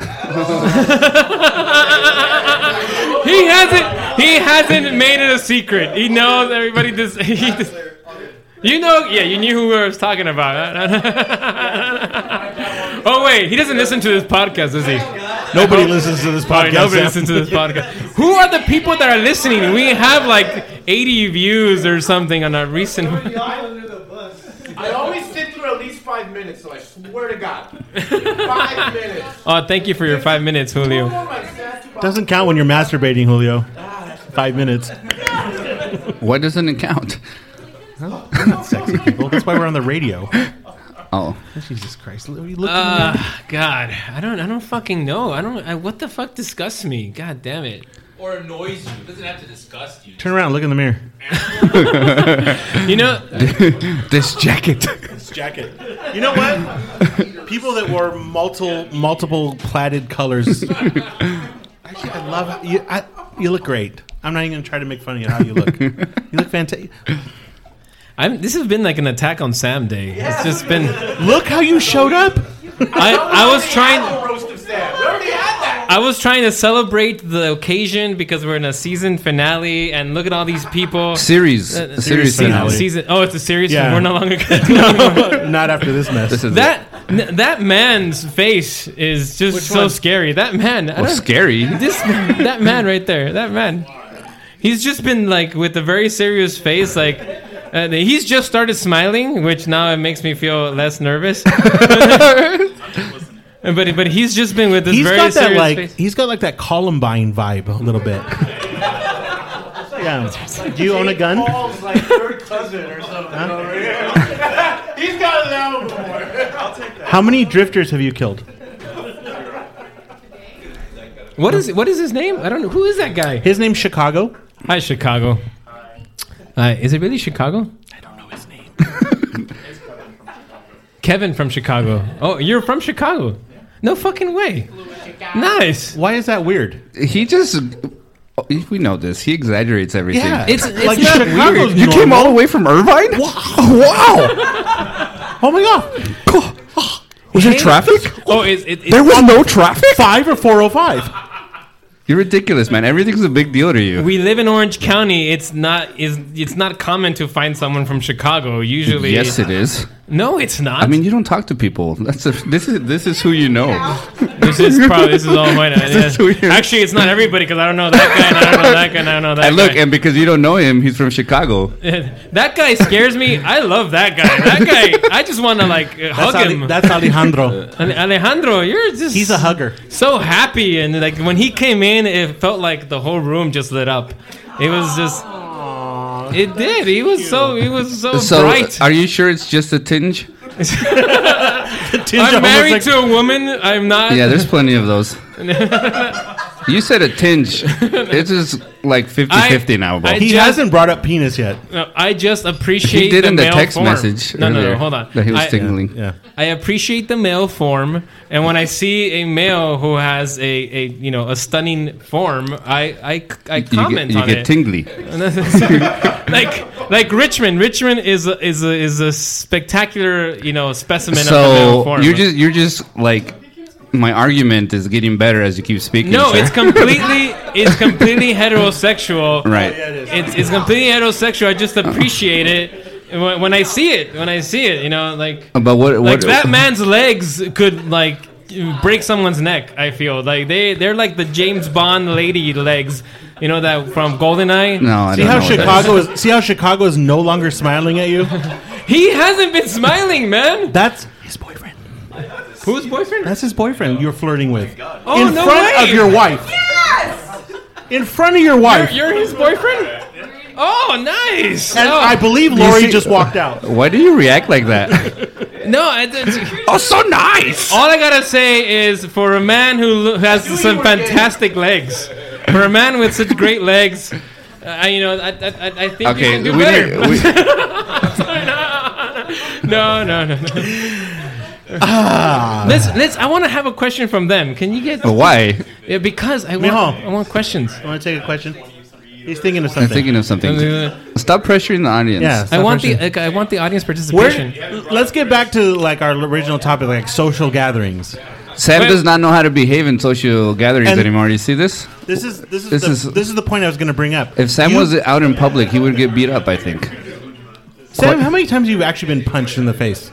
[SPEAKER 5] he hasn't he hasn't made it a secret. He knows everybody does. He just, you know, yeah, you knew who I was talking about. oh wait, he doesn't listen to this podcast, does he?
[SPEAKER 7] Nobody listens to this
[SPEAKER 5] Sorry,
[SPEAKER 7] podcast.
[SPEAKER 5] Oh, nobody
[SPEAKER 7] Sam.
[SPEAKER 5] listens to this podcast. Who are the people that are listening? We have like 80 views or something on our recent.
[SPEAKER 11] I always sit through at least five minutes, so I swear to God. Five minutes.
[SPEAKER 5] Oh, thank you for your five minutes, Julio.
[SPEAKER 7] Doesn't count when you're masturbating, Julio. Five minutes.
[SPEAKER 6] Why doesn't it count?
[SPEAKER 7] Sexy people. That's why we're on the radio.
[SPEAKER 6] Oh,
[SPEAKER 7] Jesus Christ! Look- you look-
[SPEAKER 5] Uh, God, I don't, I don't fucking know. I don't. I, what the fuck disgusts me? God damn it.
[SPEAKER 12] Or annoys you. It doesn't have to disgust you.
[SPEAKER 7] turn around. Look in the mirror.
[SPEAKER 5] You know,
[SPEAKER 6] this jacket.
[SPEAKER 7] This jacket. You know what? People that wore multiple multiple plaided colors. Actually, I love you. I, you look great. I'm not even gonna try to make fun of you how you look. You look fantastic.
[SPEAKER 5] I'm. This has been like an attack on Sam day. It's just been.
[SPEAKER 7] Look how you showed up.
[SPEAKER 5] I, I was trying.
[SPEAKER 11] Apple roast of Sam. We already had that.
[SPEAKER 5] I was trying to celebrate the occasion because we're in a season finale, and look at all these people.
[SPEAKER 6] Series,
[SPEAKER 5] Uh,
[SPEAKER 6] a series finale.
[SPEAKER 5] Season. Oh, it's a series.
[SPEAKER 7] Yeah.
[SPEAKER 5] We're no longer.
[SPEAKER 7] not after this mess.
[SPEAKER 6] This is
[SPEAKER 5] That n- that man's face is just so scary. That man, I
[SPEAKER 6] well,
[SPEAKER 5] don't-
[SPEAKER 6] scary.
[SPEAKER 5] this that man right there, that man. He's just been like with a very serious face, like uh, he's just started smiling, which now it makes me feel less nervous. but but he's just been with this
[SPEAKER 7] he's
[SPEAKER 5] very
[SPEAKER 7] got that
[SPEAKER 5] serious
[SPEAKER 7] like
[SPEAKER 5] face.
[SPEAKER 7] he's got like that Columbine vibe a little bit. yeah. um, Do you own a gun?
[SPEAKER 11] Paul's like third cousin or something over here. He's got an album before. I'll take that.
[SPEAKER 7] How many drifters have you killed?
[SPEAKER 5] What is what is his name? I don't know. Who is that guy?
[SPEAKER 7] His name's Chicago.
[SPEAKER 5] Hi, Chicago. Uh, is it really Chicago? I don't know his name. Kevin from Chicago. Oh, you're from Chicago? No fucking way. Nice.
[SPEAKER 7] Why is that weird?
[SPEAKER 6] He just. We know this. He exaggerates everything.
[SPEAKER 7] Yeah.
[SPEAKER 5] It's- it's Like,
[SPEAKER 7] not Chicago's weird.
[SPEAKER 6] You came
[SPEAKER 7] normal.
[SPEAKER 6] all the way from Irvine? Wow. wow.
[SPEAKER 7] Oh my god!
[SPEAKER 6] Was there traffic?
[SPEAKER 5] Oh, it's, it, it's
[SPEAKER 6] There was no traffic?
[SPEAKER 7] Five or four oh five.
[SPEAKER 6] You're ridiculous, man. Everything's a big deal to you.
[SPEAKER 5] We live in Orange County. It's not is it's not common to find someone from Chicago. Usually,
[SPEAKER 6] yes, it is.
[SPEAKER 5] No, it's not.
[SPEAKER 6] I mean, you don't talk to people. That's a, this is this is who you know.
[SPEAKER 5] this is probably this is all mine.
[SPEAKER 6] This is weird.
[SPEAKER 5] Actually, it's not everybody because I don't know that guy. And I don't know that guy. And I don't know that.
[SPEAKER 6] And look,
[SPEAKER 5] guy.
[SPEAKER 6] and because you don't know him, he's from Chicago.
[SPEAKER 5] that guy scares me. I love that guy. That guy, I just want to like uh, hug
[SPEAKER 7] Ale-
[SPEAKER 5] him.
[SPEAKER 7] that's Alejandro.
[SPEAKER 5] Ale- Alejandro, you're just
[SPEAKER 7] He's a hugger.
[SPEAKER 5] so happy and like when he came in, it felt like the whole room just lit up. It was just. It did. He was so. He was so,
[SPEAKER 6] So, uh,
[SPEAKER 5] bright.
[SPEAKER 6] are you sure it's just a tinge?
[SPEAKER 7] Tinge
[SPEAKER 5] I'm
[SPEAKER 7] of
[SPEAKER 5] married
[SPEAKER 7] homosex-
[SPEAKER 5] to a woman. I'm not.
[SPEAKER 6] Yeah, there's plenty of those. you said a tinge. It's just like 50-50 now, bro.
[SPEAKER 5] I-
[SPEAKER 7] He
[SPEAKER 5] Just-
[SPEAKER 7] hasn't brought up penis yet.
[SPEAKER 5] No, I just appreciate.
[SPEAKER 6] he did
[SPEAKER 5] the
[SPEAKER 6] in the
[SPEAKER 5] male
[SPEAKER 6] text
[SPEAKER 5] form.
[SPEAKER 6] message.
[SPEAKER 5] No, no,
[SPEAKER 6] earlier
[SPEAKER 5] no. Hold on.
[SPEAKER 6] That he was
[SPEAKER 5] I-
[SPEAKER 6] tingling.
[SPEAKER 7] Yeah.
[SPEAKER 5] I appreciate the male form, and when I see a male who has a, a you know a stunning form, I I, I
[SPEAKER 6] You get,
[SPEAKER 5] comment
[SPEAKER 6] you
[SPEAKER 5] on
[SPEAKER 6] get
[SPEAKER 5] it.
[SPEAKER 6] tingly.
[SPEAKER 5] like like Richmond, Richmond is a, is a, is a spectacular you know specimen of the male
[SPEAKER 6] So
[SPEAKER 5] form.
[SPEAKER 6] you're just you're just like my argument is getting better as you keep speaking.
[SPEAKER 5] no,
[SPEAKER 6] sir.
[SPEAKER 5] it's completely it's completely heterosexual.
[SPEAKER 6] right.
[SPEAKER 5] It's it's completely heterosexual. I just appreciate it when, when I see it. When I see it, you know, like
[SPEAKER 6] But what what
[SPEAKER 5] like that man's legs could like break someone's neck. I feel like they they're like the James Bond lady legs, you know that from Goldeneye.
[SPEAKER 6] No, I
[SPEAKER 7] See
[SPEAKER 6] don't know
[SPEAKER 7] how
[SPEAKER 6] what that
[SPEAKER 7] Chicago is. See how Chicago is no longer smiling at you.
[SPEAKER 5] He hasn't been smiling, man.
[SPEAKER 7] That's his boyfriend.
[SPEAKER 5] Whose boyfriend?
[SPEAKER 7] That's his boyfriend you're flirting with.
[SPEAKER 5] Oh
[SPEAKER 7] in
[SPEAKER 5] no
[SPEAKER 7] front
[SPEAKER 5] way!
[SPEAKER 7] of your wife. Yes. In front of your wife.
[SPEAKER 5] You're his boyfriend. Oh, nice.
[SPEAKER 7] and
[SPEAKER 5] no,
[SPEAKER 7] I believe
[SPEAKER 6] you
[SPEAKER 7] Lori
[SPEAKER 6] see-
[SPEAKER 7] just walked out.
[SPEAKER 6] is. Why do you react like that?
[SPEAKER 5] no. I, that's-
[SPEAKER 6] oh, so nice.
[SPEAKER 5] all I gotta say is, for a man who lo- has some fantastic legs, for a man with such great legs, I you know I, I, I- I think you
[SPEAKER 6] Okay,
[SPEAKER 5] can do
[SPEAKER 6] we,
[SPEAKER 5] better.
[SPEAKER 6] did, we
[SPEAKER 5] No, no, no, no. let's let's. I want to have a question from them. Can you get?
[SPEAKER 6] Ah. but why?
[SPEAKER 5] Yeah, because I want.
[SPEAKER 7] Mijo.
[SPEAKER 5] I want questions.
[SPEAKER 7] I want to take a question. He's thinking of
[SPEAKER 6] I'm
[SPEAKER 7] something.
[SPEAKER 6] thinking of something.
[SPEAKER 5] I
[SPEAKER 6] Stop pressuring the audience.
[SPEAKER 7] Yeah, stop
[SPEAKER 5] want the.
[SPEAKER 7] rushing.
[SPEAKER 5] Like, I want the audience participation.
[SPEAKER 7] Where, let's get back to like our original topic, like social gatherings.
[SPEAKER 6] Sam
[SPEAKER 5] Wait.
[SPEAKER 6] does not know how to behave in social gatherings
[SPEAKER 7] And-
[SPEAKER 6] anymore. You see this?
[SPEAKER 7] This is this is
[SPEAKER 6] This
[SPEAKER 7] the,
[SPEAKER 6] is-
[SPEAKER 7] this is the point I was going to bring up.
[SPEAKER 6] If Sam
[SPEAKER 7] You-
[SPEAKER 6] was out in public, he would get beat up. I think.
[SPEAKER 7] Sam, how many times have you actually been punched in the face?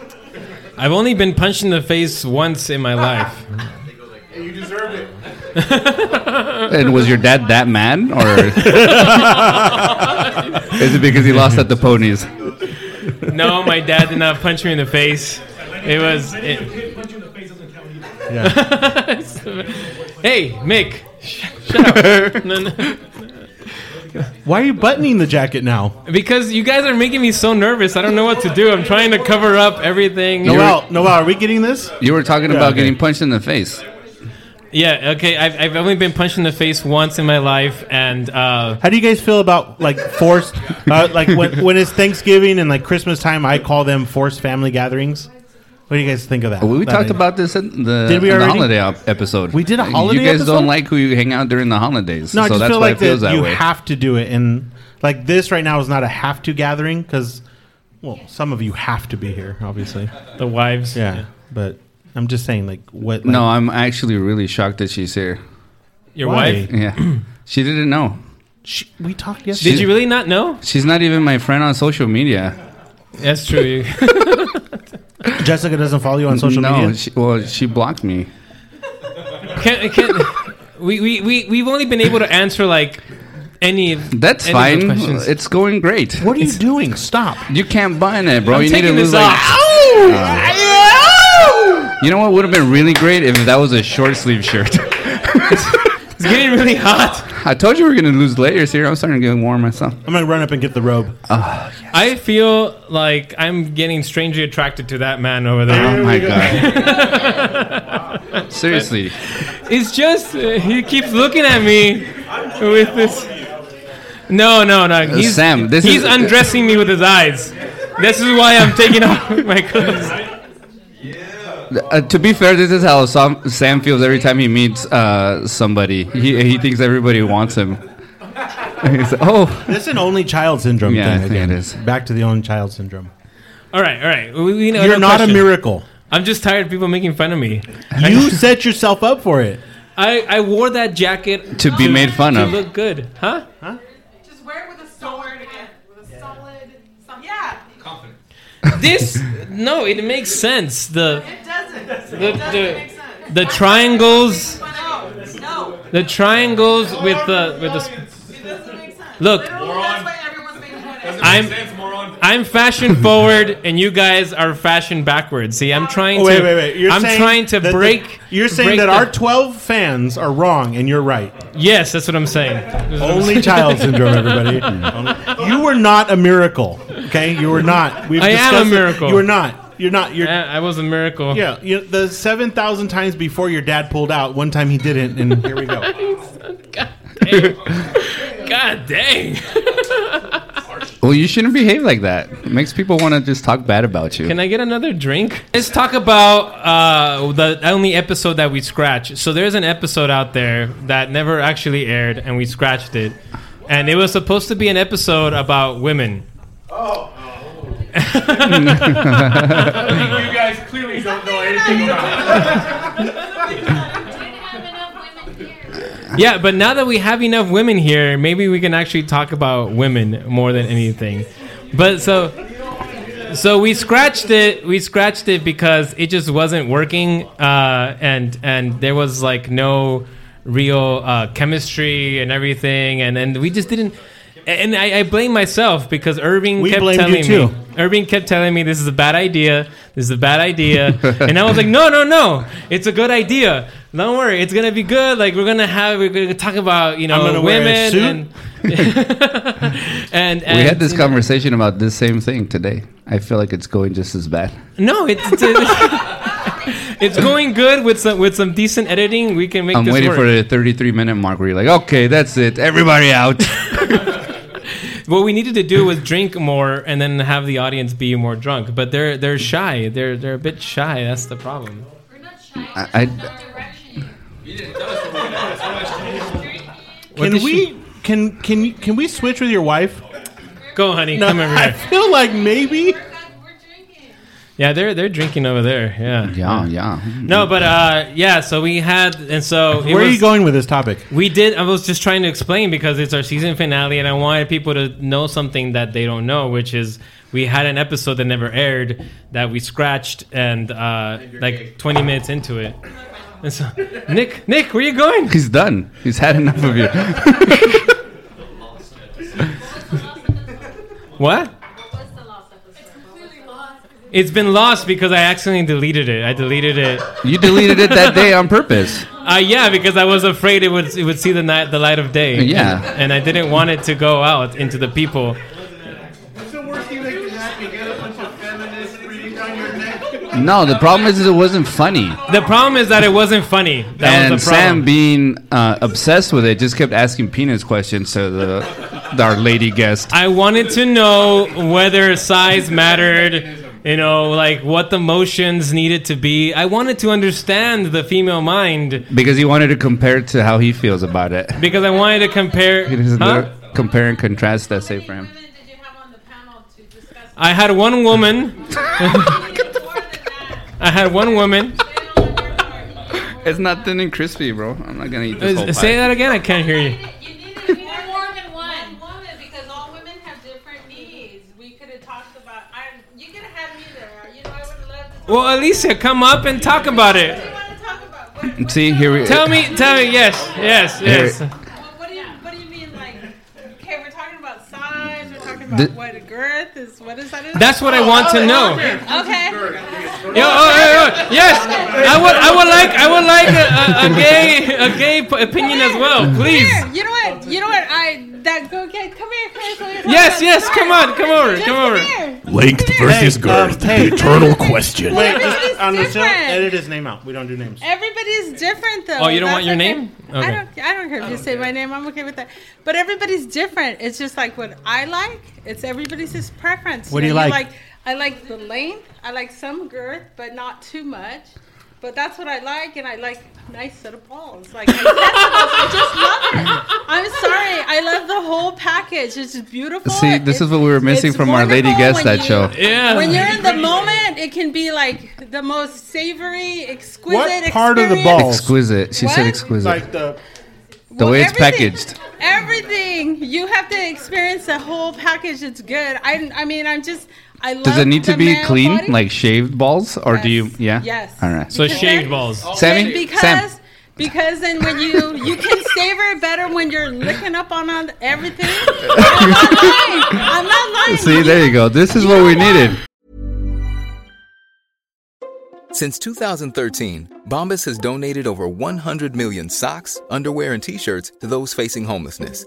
[SPEAKER 5] I've only been punched in the face once in my life.
[SPEAKER 11] You deserved it.
[SPEAKER 6] And was your dad that mad, or is it because he lost at the ponies?
[SPEAKER 5] No, my dad did not punch me in the face. It was. it-
[SPEAKER 7] Yeah.
[SPEAKER 5] hey, Mick. sh- Shut up. No, no.
[SPEAKER 7] Why are you buttoning the jacket now?
[SPEAKER 5] Because you guys are making me so nervous. I don't know what to do. I'm trying to cover up everything.
[SPEAKER 7] Noel, Noel, are we getting this?
[SPEAKER 6] You were talking about
[SPEAKER 7] okay.
[SPEAKER 6] getting punched in the face.
[SPEAKER 5] Yeah, okay. I've, I've only been punched in the face once in my life, and uh,
[SPEAKER 7] How do you guys feel about like forced, uh, like when, when it's Thanksgiving and like Christmas time? I call them forced family gatherings. What do you guys think of that?
[SPEAKER 6] We
[SPEAKER 7] That
[SPEAKER 6] talked
[SPEAKER 7] idea?
[SPEAKER 6] about this in the,
[SPEAKER 7] Did we
[SPEAKER 6] in the
[SPEAKER 7] already?
[SPEAKER 6] holiday op- episode.
[SPEAKER 7] We did a
[SPEAKER 6] Like,
[SPEAKER 7] holiday
[SPEAKER 6] You guys
[SPEAKER 7] episode?
[SPEAKER 6] don't like who you hang out during the holidays.
[SPEAKER 7] No, I
[SPEAKER 6] so
[SPEAKER 7] just
[SPEAKER 6] that's
[SPEAKER 7] feel
[SPEAKER 6] why
[SPEAKER 7] like
[SPEAKER 6] it feels
[SPEAKER 7] that
[SPEAKER 6] that
[SPEAKER 7] you
[SPEAKER 6] way.
[SPEAKER 7] have to do it, and like this right now is not a have to gathering because, well, some of you have to be here, obviously.
[SPEAKER 5] the wives.
[SPEAKER 7] Yeah, but I'm just saying, like, what? Like,
[SPEAKER 6] no, I'm actually really shocked that she's here.
[SPEAKER 5] Your
[SPEAKER 7] Why?
[SPEAKER 5] wife?
[SPEAKER 6] Yeah, she didn't know.
[SPEAKER 7] She, we talked yesterday.
[SPEAKER 5] Did you really not know?
[SPEAKER 6] She's not even my friend on social media.
[SPEAKER 5] That's true. You-
[SPEAKER 7] Jessica doesn't follow you on social
[SPEAKER 6] no,
[SPEAKER 7] media.
[SPEAKER 6] She, well, she blocked me.
[SPEAKER 5] can't, can't, we, we, we, we've only been able to answer like any of
[SPEAKER 6] That's
[SPEAKER 5] any of the
[SPEAKER 6] fine.
[SPEAKER 5] questions.
[SPEAKER 6] It's going great.
[SPEAKER 7] what are you doing? Stop.
[SPEAKER 6] You can't buy it, bro.
[SPEAKER 5] I'm
[SPEAKER 6] you need to
[SPEAKER 5] taking
[SPEAKER 6] lose
[SPEAKER 5] this
[SPEAKER 6] like. Uh,
[SPEAKER 5] off.
[SPEAKER 6] You know what would have been really great if that was a short sleeve shirt.
[SPEAKER 5] It's getting really hot.
[SPEAKER 6] I told you we are gonna lose layers here. I'm starting to get warm myself. Ah,
[SPEAKER 7] I'm gonna run up and get the robe.
[SPEAKER 5] I feel like I'm getting strangely attracted to that man over there.
[SPEAKER 6] Oh my god! Seriously,
[SPEAKER 5] It's just uh, he keeps looking at me with this. No, no, no. He's,
[SPEAKER 6] Uh, Sam, this
[SPEAKER 5] he's
[SPEAKER 6] is- uh,
[SPEAKER 5] undressing me with his eyes. This is why I'm taking off my clothes.
[SPEAKER 6] uh, to be fair, this is how Sam, Sam feels every time he meets uh, somebody. He he thinks everybody wants him. He's like, oh,
[SPEAKER 7] That's an only child syndrome
[SPEAKER 6] Yeah, I
[SPEAKER 7] thing.
[SPEAKER 6] think
[SPEAKER 7] again.
[SPEAKER 6] it is.
[SPEAKER 7] Back to the only child syndrome.
[SPEAKER 5] All right, all right. We, we know,
[SPEAKER 7] You're
[SPEAKER 5] no
[SPEAKER 7] not
[SPEAKER 5] question.
[SPEAKER 7] a miracle.
[SPEAKER 5] I'm just tired of people making fun of me.
[SPEAKER 7] You set yourself up for it.
[SPEAKER 5] I, I wore that jacket
[SPEAKER 6] To be made fun
[SPEAKER 5] to
[SPEAKER 6] of.
[SPEAKER 5] look good, huh?
[SPEAKER 13] Just wear it with a solid, with a solid, some, yeah. Confidence.
[SPEAKER 5] This no, it makes sense. The
[SPEAKER 13] It doesn't.
[SPEAKER 5] the
[SPEAKER 13] It doesn't make
[SPEAKER 5] the,
[SPEAKER 13] sense.
[SPEAKER 5] the triangles,
[SPEAKER 13] No, no.
[SPEAKER 5] the triangles with the with the.
[SPEAKER 13] It doesn't make sense.
[SPEAKER 5] Look.
[SPEAKER 13] Literally, that's why everyone's making fun of it.
[SPEAKER 5] I'm I'm fashion forward, and you guys are fashion backwards. See, I'm trying
[SPEAKER 7] Oh, wait,
[SPEAKER 5] to
[SPEAKER 7] wait, wait. You're
[SPEAKER 5] I'm
[SPEAKER 7] saying
[SPEAKER 5] trying to
[SPEAKER 7] that the-
[SPEAKER 5] break.
[SPEAKER 7] you're saying
[SPEAKER 5] break
[SPEAKER 7] that
[SPEAKER 5] the-
[SPEAKER 7] our 12 fans are wrong and you're right.
[SPEAKER 5] yes, that's what I'm saying. That's what I'm
[SPEAKER 7] Only
[SPEAKER 5] saying.
[SPEAKER 7] child syndrome, everybody. Only- you were not a miracle. Okay, you were not.
[SPEAKER 5] I am a
[SPEAKER 7] discussed it.
[SPEAKER 5] miracle.
[SPEAKER 7] You were not. You're not. You're.
[SPEAKER 5] I, I was a miracle.
[SPEAKER 7] Yeah, you the seven thousand times before your dad pulled out. One time he didn't, and here we go.
[SPEAKER 5] God dang.
[SPEAKER 6] well, you shouldn't behave like that. It makes people want to just talk bad about you.
[SPEAKER 5] Can I get another drink? Let's talk about uh, the only episode that we scratch. So there's an episode out there that never actually aired, and we scratched it. And it was supposed to be an episode about women.
[SPEAKER 12] you guys clearly don't know anything about
[SPEAKER 5] Yeah, but now that we have enough women here, maybe we can actually talk about women more than anything. But so so we scratched it. We scratched it because it just wasn't working, uh, and and there was like no real uh, chemistry and everything, and and we just didn't. And I, I blame myself because Irving
[SPEAKER 7] We
[SPEAKER 5] kept
[SPEAKER 7] blamed you
[SPEAKER 5] telling
[SPEAKER 7] too.
[SPEAKER 5] me. Irving kept telling me this is a bad idea. This is a bad idea, and I was like, no, no, no, it's a good idea. Don't worry, it's gonna be good. Like we're gonna have, we're gonna talk about you know
[SPEAKER 7] I'm gonna wear a
[SPEAKER 5] women
[SPEAKER 7] suit.
[SPEAKER 5] and and, and
[SPEAKER 6] we had this
[SPEAKER 5] you know-
[SPEAKER 6] conversation about this same thing today. I feel like it's going just as bad.
[SPEAKER 5] No, it's it's, it's going good with some with some decent editing. We can make
[SPEAKER 6] I'm
[SPEAKER 5] this
[SPEAKER 6] waiting
[SPEAKER 5] work.
[SPEAKER 6] for the 33 minute mark where you're like, okay, that's it. Everybody out.
[SPEAKER 5] What we needed to do was drink more and then have the audience be more drunk. But they're they're shy. They're they're a bit shy. That's the problem.
[SPEAKER 6] I,
[SPEAKER 5] What
[SPEAKER 7] Can
[SPEAKER 5] did
[SPEAKER 7] we? Can can you- can we switch with your wife?
[SPEAKER 5] Go, honey.
[SPEAKER 7] No,
[SPEAKER 5] come over
[SPEAKER 7] I
[SPEAKER 5] here.
[SPEAKER 7] feel like maybe.
[SPEAKER 5] Yeah, they're they're drinking over there. Yeah.
[SPEAKER 6] yeah,
[SPEAKER 7] Hmm.
[SPEAKER 6] yeah.
[SPEAKER 5] No, but uh, yeah. So we had, and so it
[SPEAKER 7] Where are
[SPEAKER 5] was-
[SPEAKER 7] you going with this topic?
[SPEAKER 5] We did. I was just trying to explain because it's our season finale, and I wanted people to know something that they don't know, which is we had an episode that never aired that we scratched, and uh, like 20 minutes into it. And so, Nick, Nick, where you going?
[SPEAKER 6] He's done. He's had enough of you.
[SPEAKER 5] What? It's been lost because I accidentally deleted it. I deleted it.
[SPEAKER 6] You deleted it that day on purpose.
[SPEAKER 5] Uh, yeah, because I was afraid it would it would see the night the light of day.
[SPEAKER 6] Yeah.
[SPEAKER 5] and, and I didn't want it to go out into the people.
[SPEAKER 11] It's the worst thing that can happen. Get a bunch of feminists breathing down your neck.
[SPEAKER 6] No, the problem is it wasn't funny.
[SPEAKER 5] The problem is that it wasn't funny. That
[SPEAKER 6] and
[SPEAKER 5] was the problem.
[SPEAKER 6] Sam, being uh, obsessed with it, just kept asking penis questions to the, our lady guest.
[SPEAKER 5] I wanted to know whether size mattered, you know, like what the motions needed to be. I wanted to understand the female mind
[SPEAKER 6] Because he wanted to compare it to how he feels about it.
[SPEAKER 5] because I wanted to compare.
[SPEAKER 6] It is a
[SPEAKER 5] Huh?
[SPEAKER 6] little compare and contrast essay for him.
[SPEAKER 5] I had one woman. I had one woman.
[SPEAKER 6] It's not thin and crispy, bro. I'm not gonna eat this whole
[SPEAKER 5] Say
[SPEAKER 6] pie.
[SPEAKER 5] that again. I can't hear you.
[SPEAKER 13] More than one woman, because all women have different needs. We could have talked about. I, you could have had me there. You know, I would have loved to
[SPEAKER 5] Well, Alicia, come up and talk about it.
[SPEAKER 6] See here we
[SPEAKER 5] Tell me, tell me. Yes, yes, yes.
[SPEAKER 13] What do you What do you mean, like? Okay, we're talking about size. We're talking
[SPEAKER 6] The-
[SPEAKER 13] about what girth is. What is that? Oh,
[SPEAKER 5] That's what I want to know.
[SPEAKER 13] Okay.
[SPEAKER 5] Yo, oh, yo, yo, yes, I would, I would like, I would like a, a, a gay, a gay p- opinion as well, please.
[SPEAKER 13] Here, you know what? You know what? I that go get come here, Chris. let me talk
[SPEAKER 5] Yes,
[SPEAKER 13] about
[SPEAKER 5] yes,
[SPEAKER 13] this.
[SPEAKER 5] come on, come over,
[SPEAKER 13] Just
[SPEAKER 5] come over.
[SPEAKER 13] here.
[SPEAKER 14] Length versus girth, the eternal question.
[SPEAKER 7] Wait, just on the show,
[SPEAKER 13] different.
[SPEAKER 7] edit his name out. We don't do names.
[SPEAKER 13] Everybody's different, though.
[SPEAKER 7] Oh, you don't
[SPEAKER 13] That's
[SPEAKER 7] want your
[SPEAKER 13] okay.
[SPEAKER 7] name?
[SPEAKER 13] I
[SPEAKER 7] Okay.
[SPEAKER 13] don't. I don't care if you say my name. I'm okay with that. But everybody's different. It's just like what I like. It's everybody's just preference.
[SPEAKER 12] What do you
[SPEAKER 13] know,
[SPEAKER 12] like?
[SPEAKER 13] I like the length. I like some girth, but not too much. But that's what I like, and I like nice set of balls. Like I said, I just love it. I'm sorry. I love the whole package. It's just beautiful.
[SPEAKER 6] See, this is what we were missing from our lady guest that show.
[SPEAKER 13] When you're in the moment, it can be like the most savory, exquisite. experience.
[SPEAKER 6] Exquisite. She said exquisite.
[SPEAKER 7] Like the
[SPEAKER 6] the way it's
[SPEAKER 13] everything.
[SPEAKER 6] packaged.
[SPEAKER 13] Everything you have to experience the whole package. It's good. I, I mean, I'm just. I love
[SPEAKER 6] Does it need to
[SPEAKER 13] the
[SPEAKER 6] be
[SPEAKER 13] male
[SPEAKER 6] clean,
[SPEAKER 13] body.
[SPEAKER 6] like shaved balls, or do you? Yeah.
[SPEAKER 13] Yes.
[SPEAKER 6] All right.
[SPEAKER 5] So shaved balls.
[SPEAKER 6] Oh, Sammy.
[SPEAKER 13] Then because
[SPEAKER 6] Sam.
[SPEAKER 13] because then when you you can savor it better when you're licking up on, on everything. I'm not lying.
[SPEAKER 6] See, there you go. This is what we needed.
[SPEAKER 15] Since 2013, Bombas has donated over 100 million socks, underwear, and t shirts to those facing homelessness.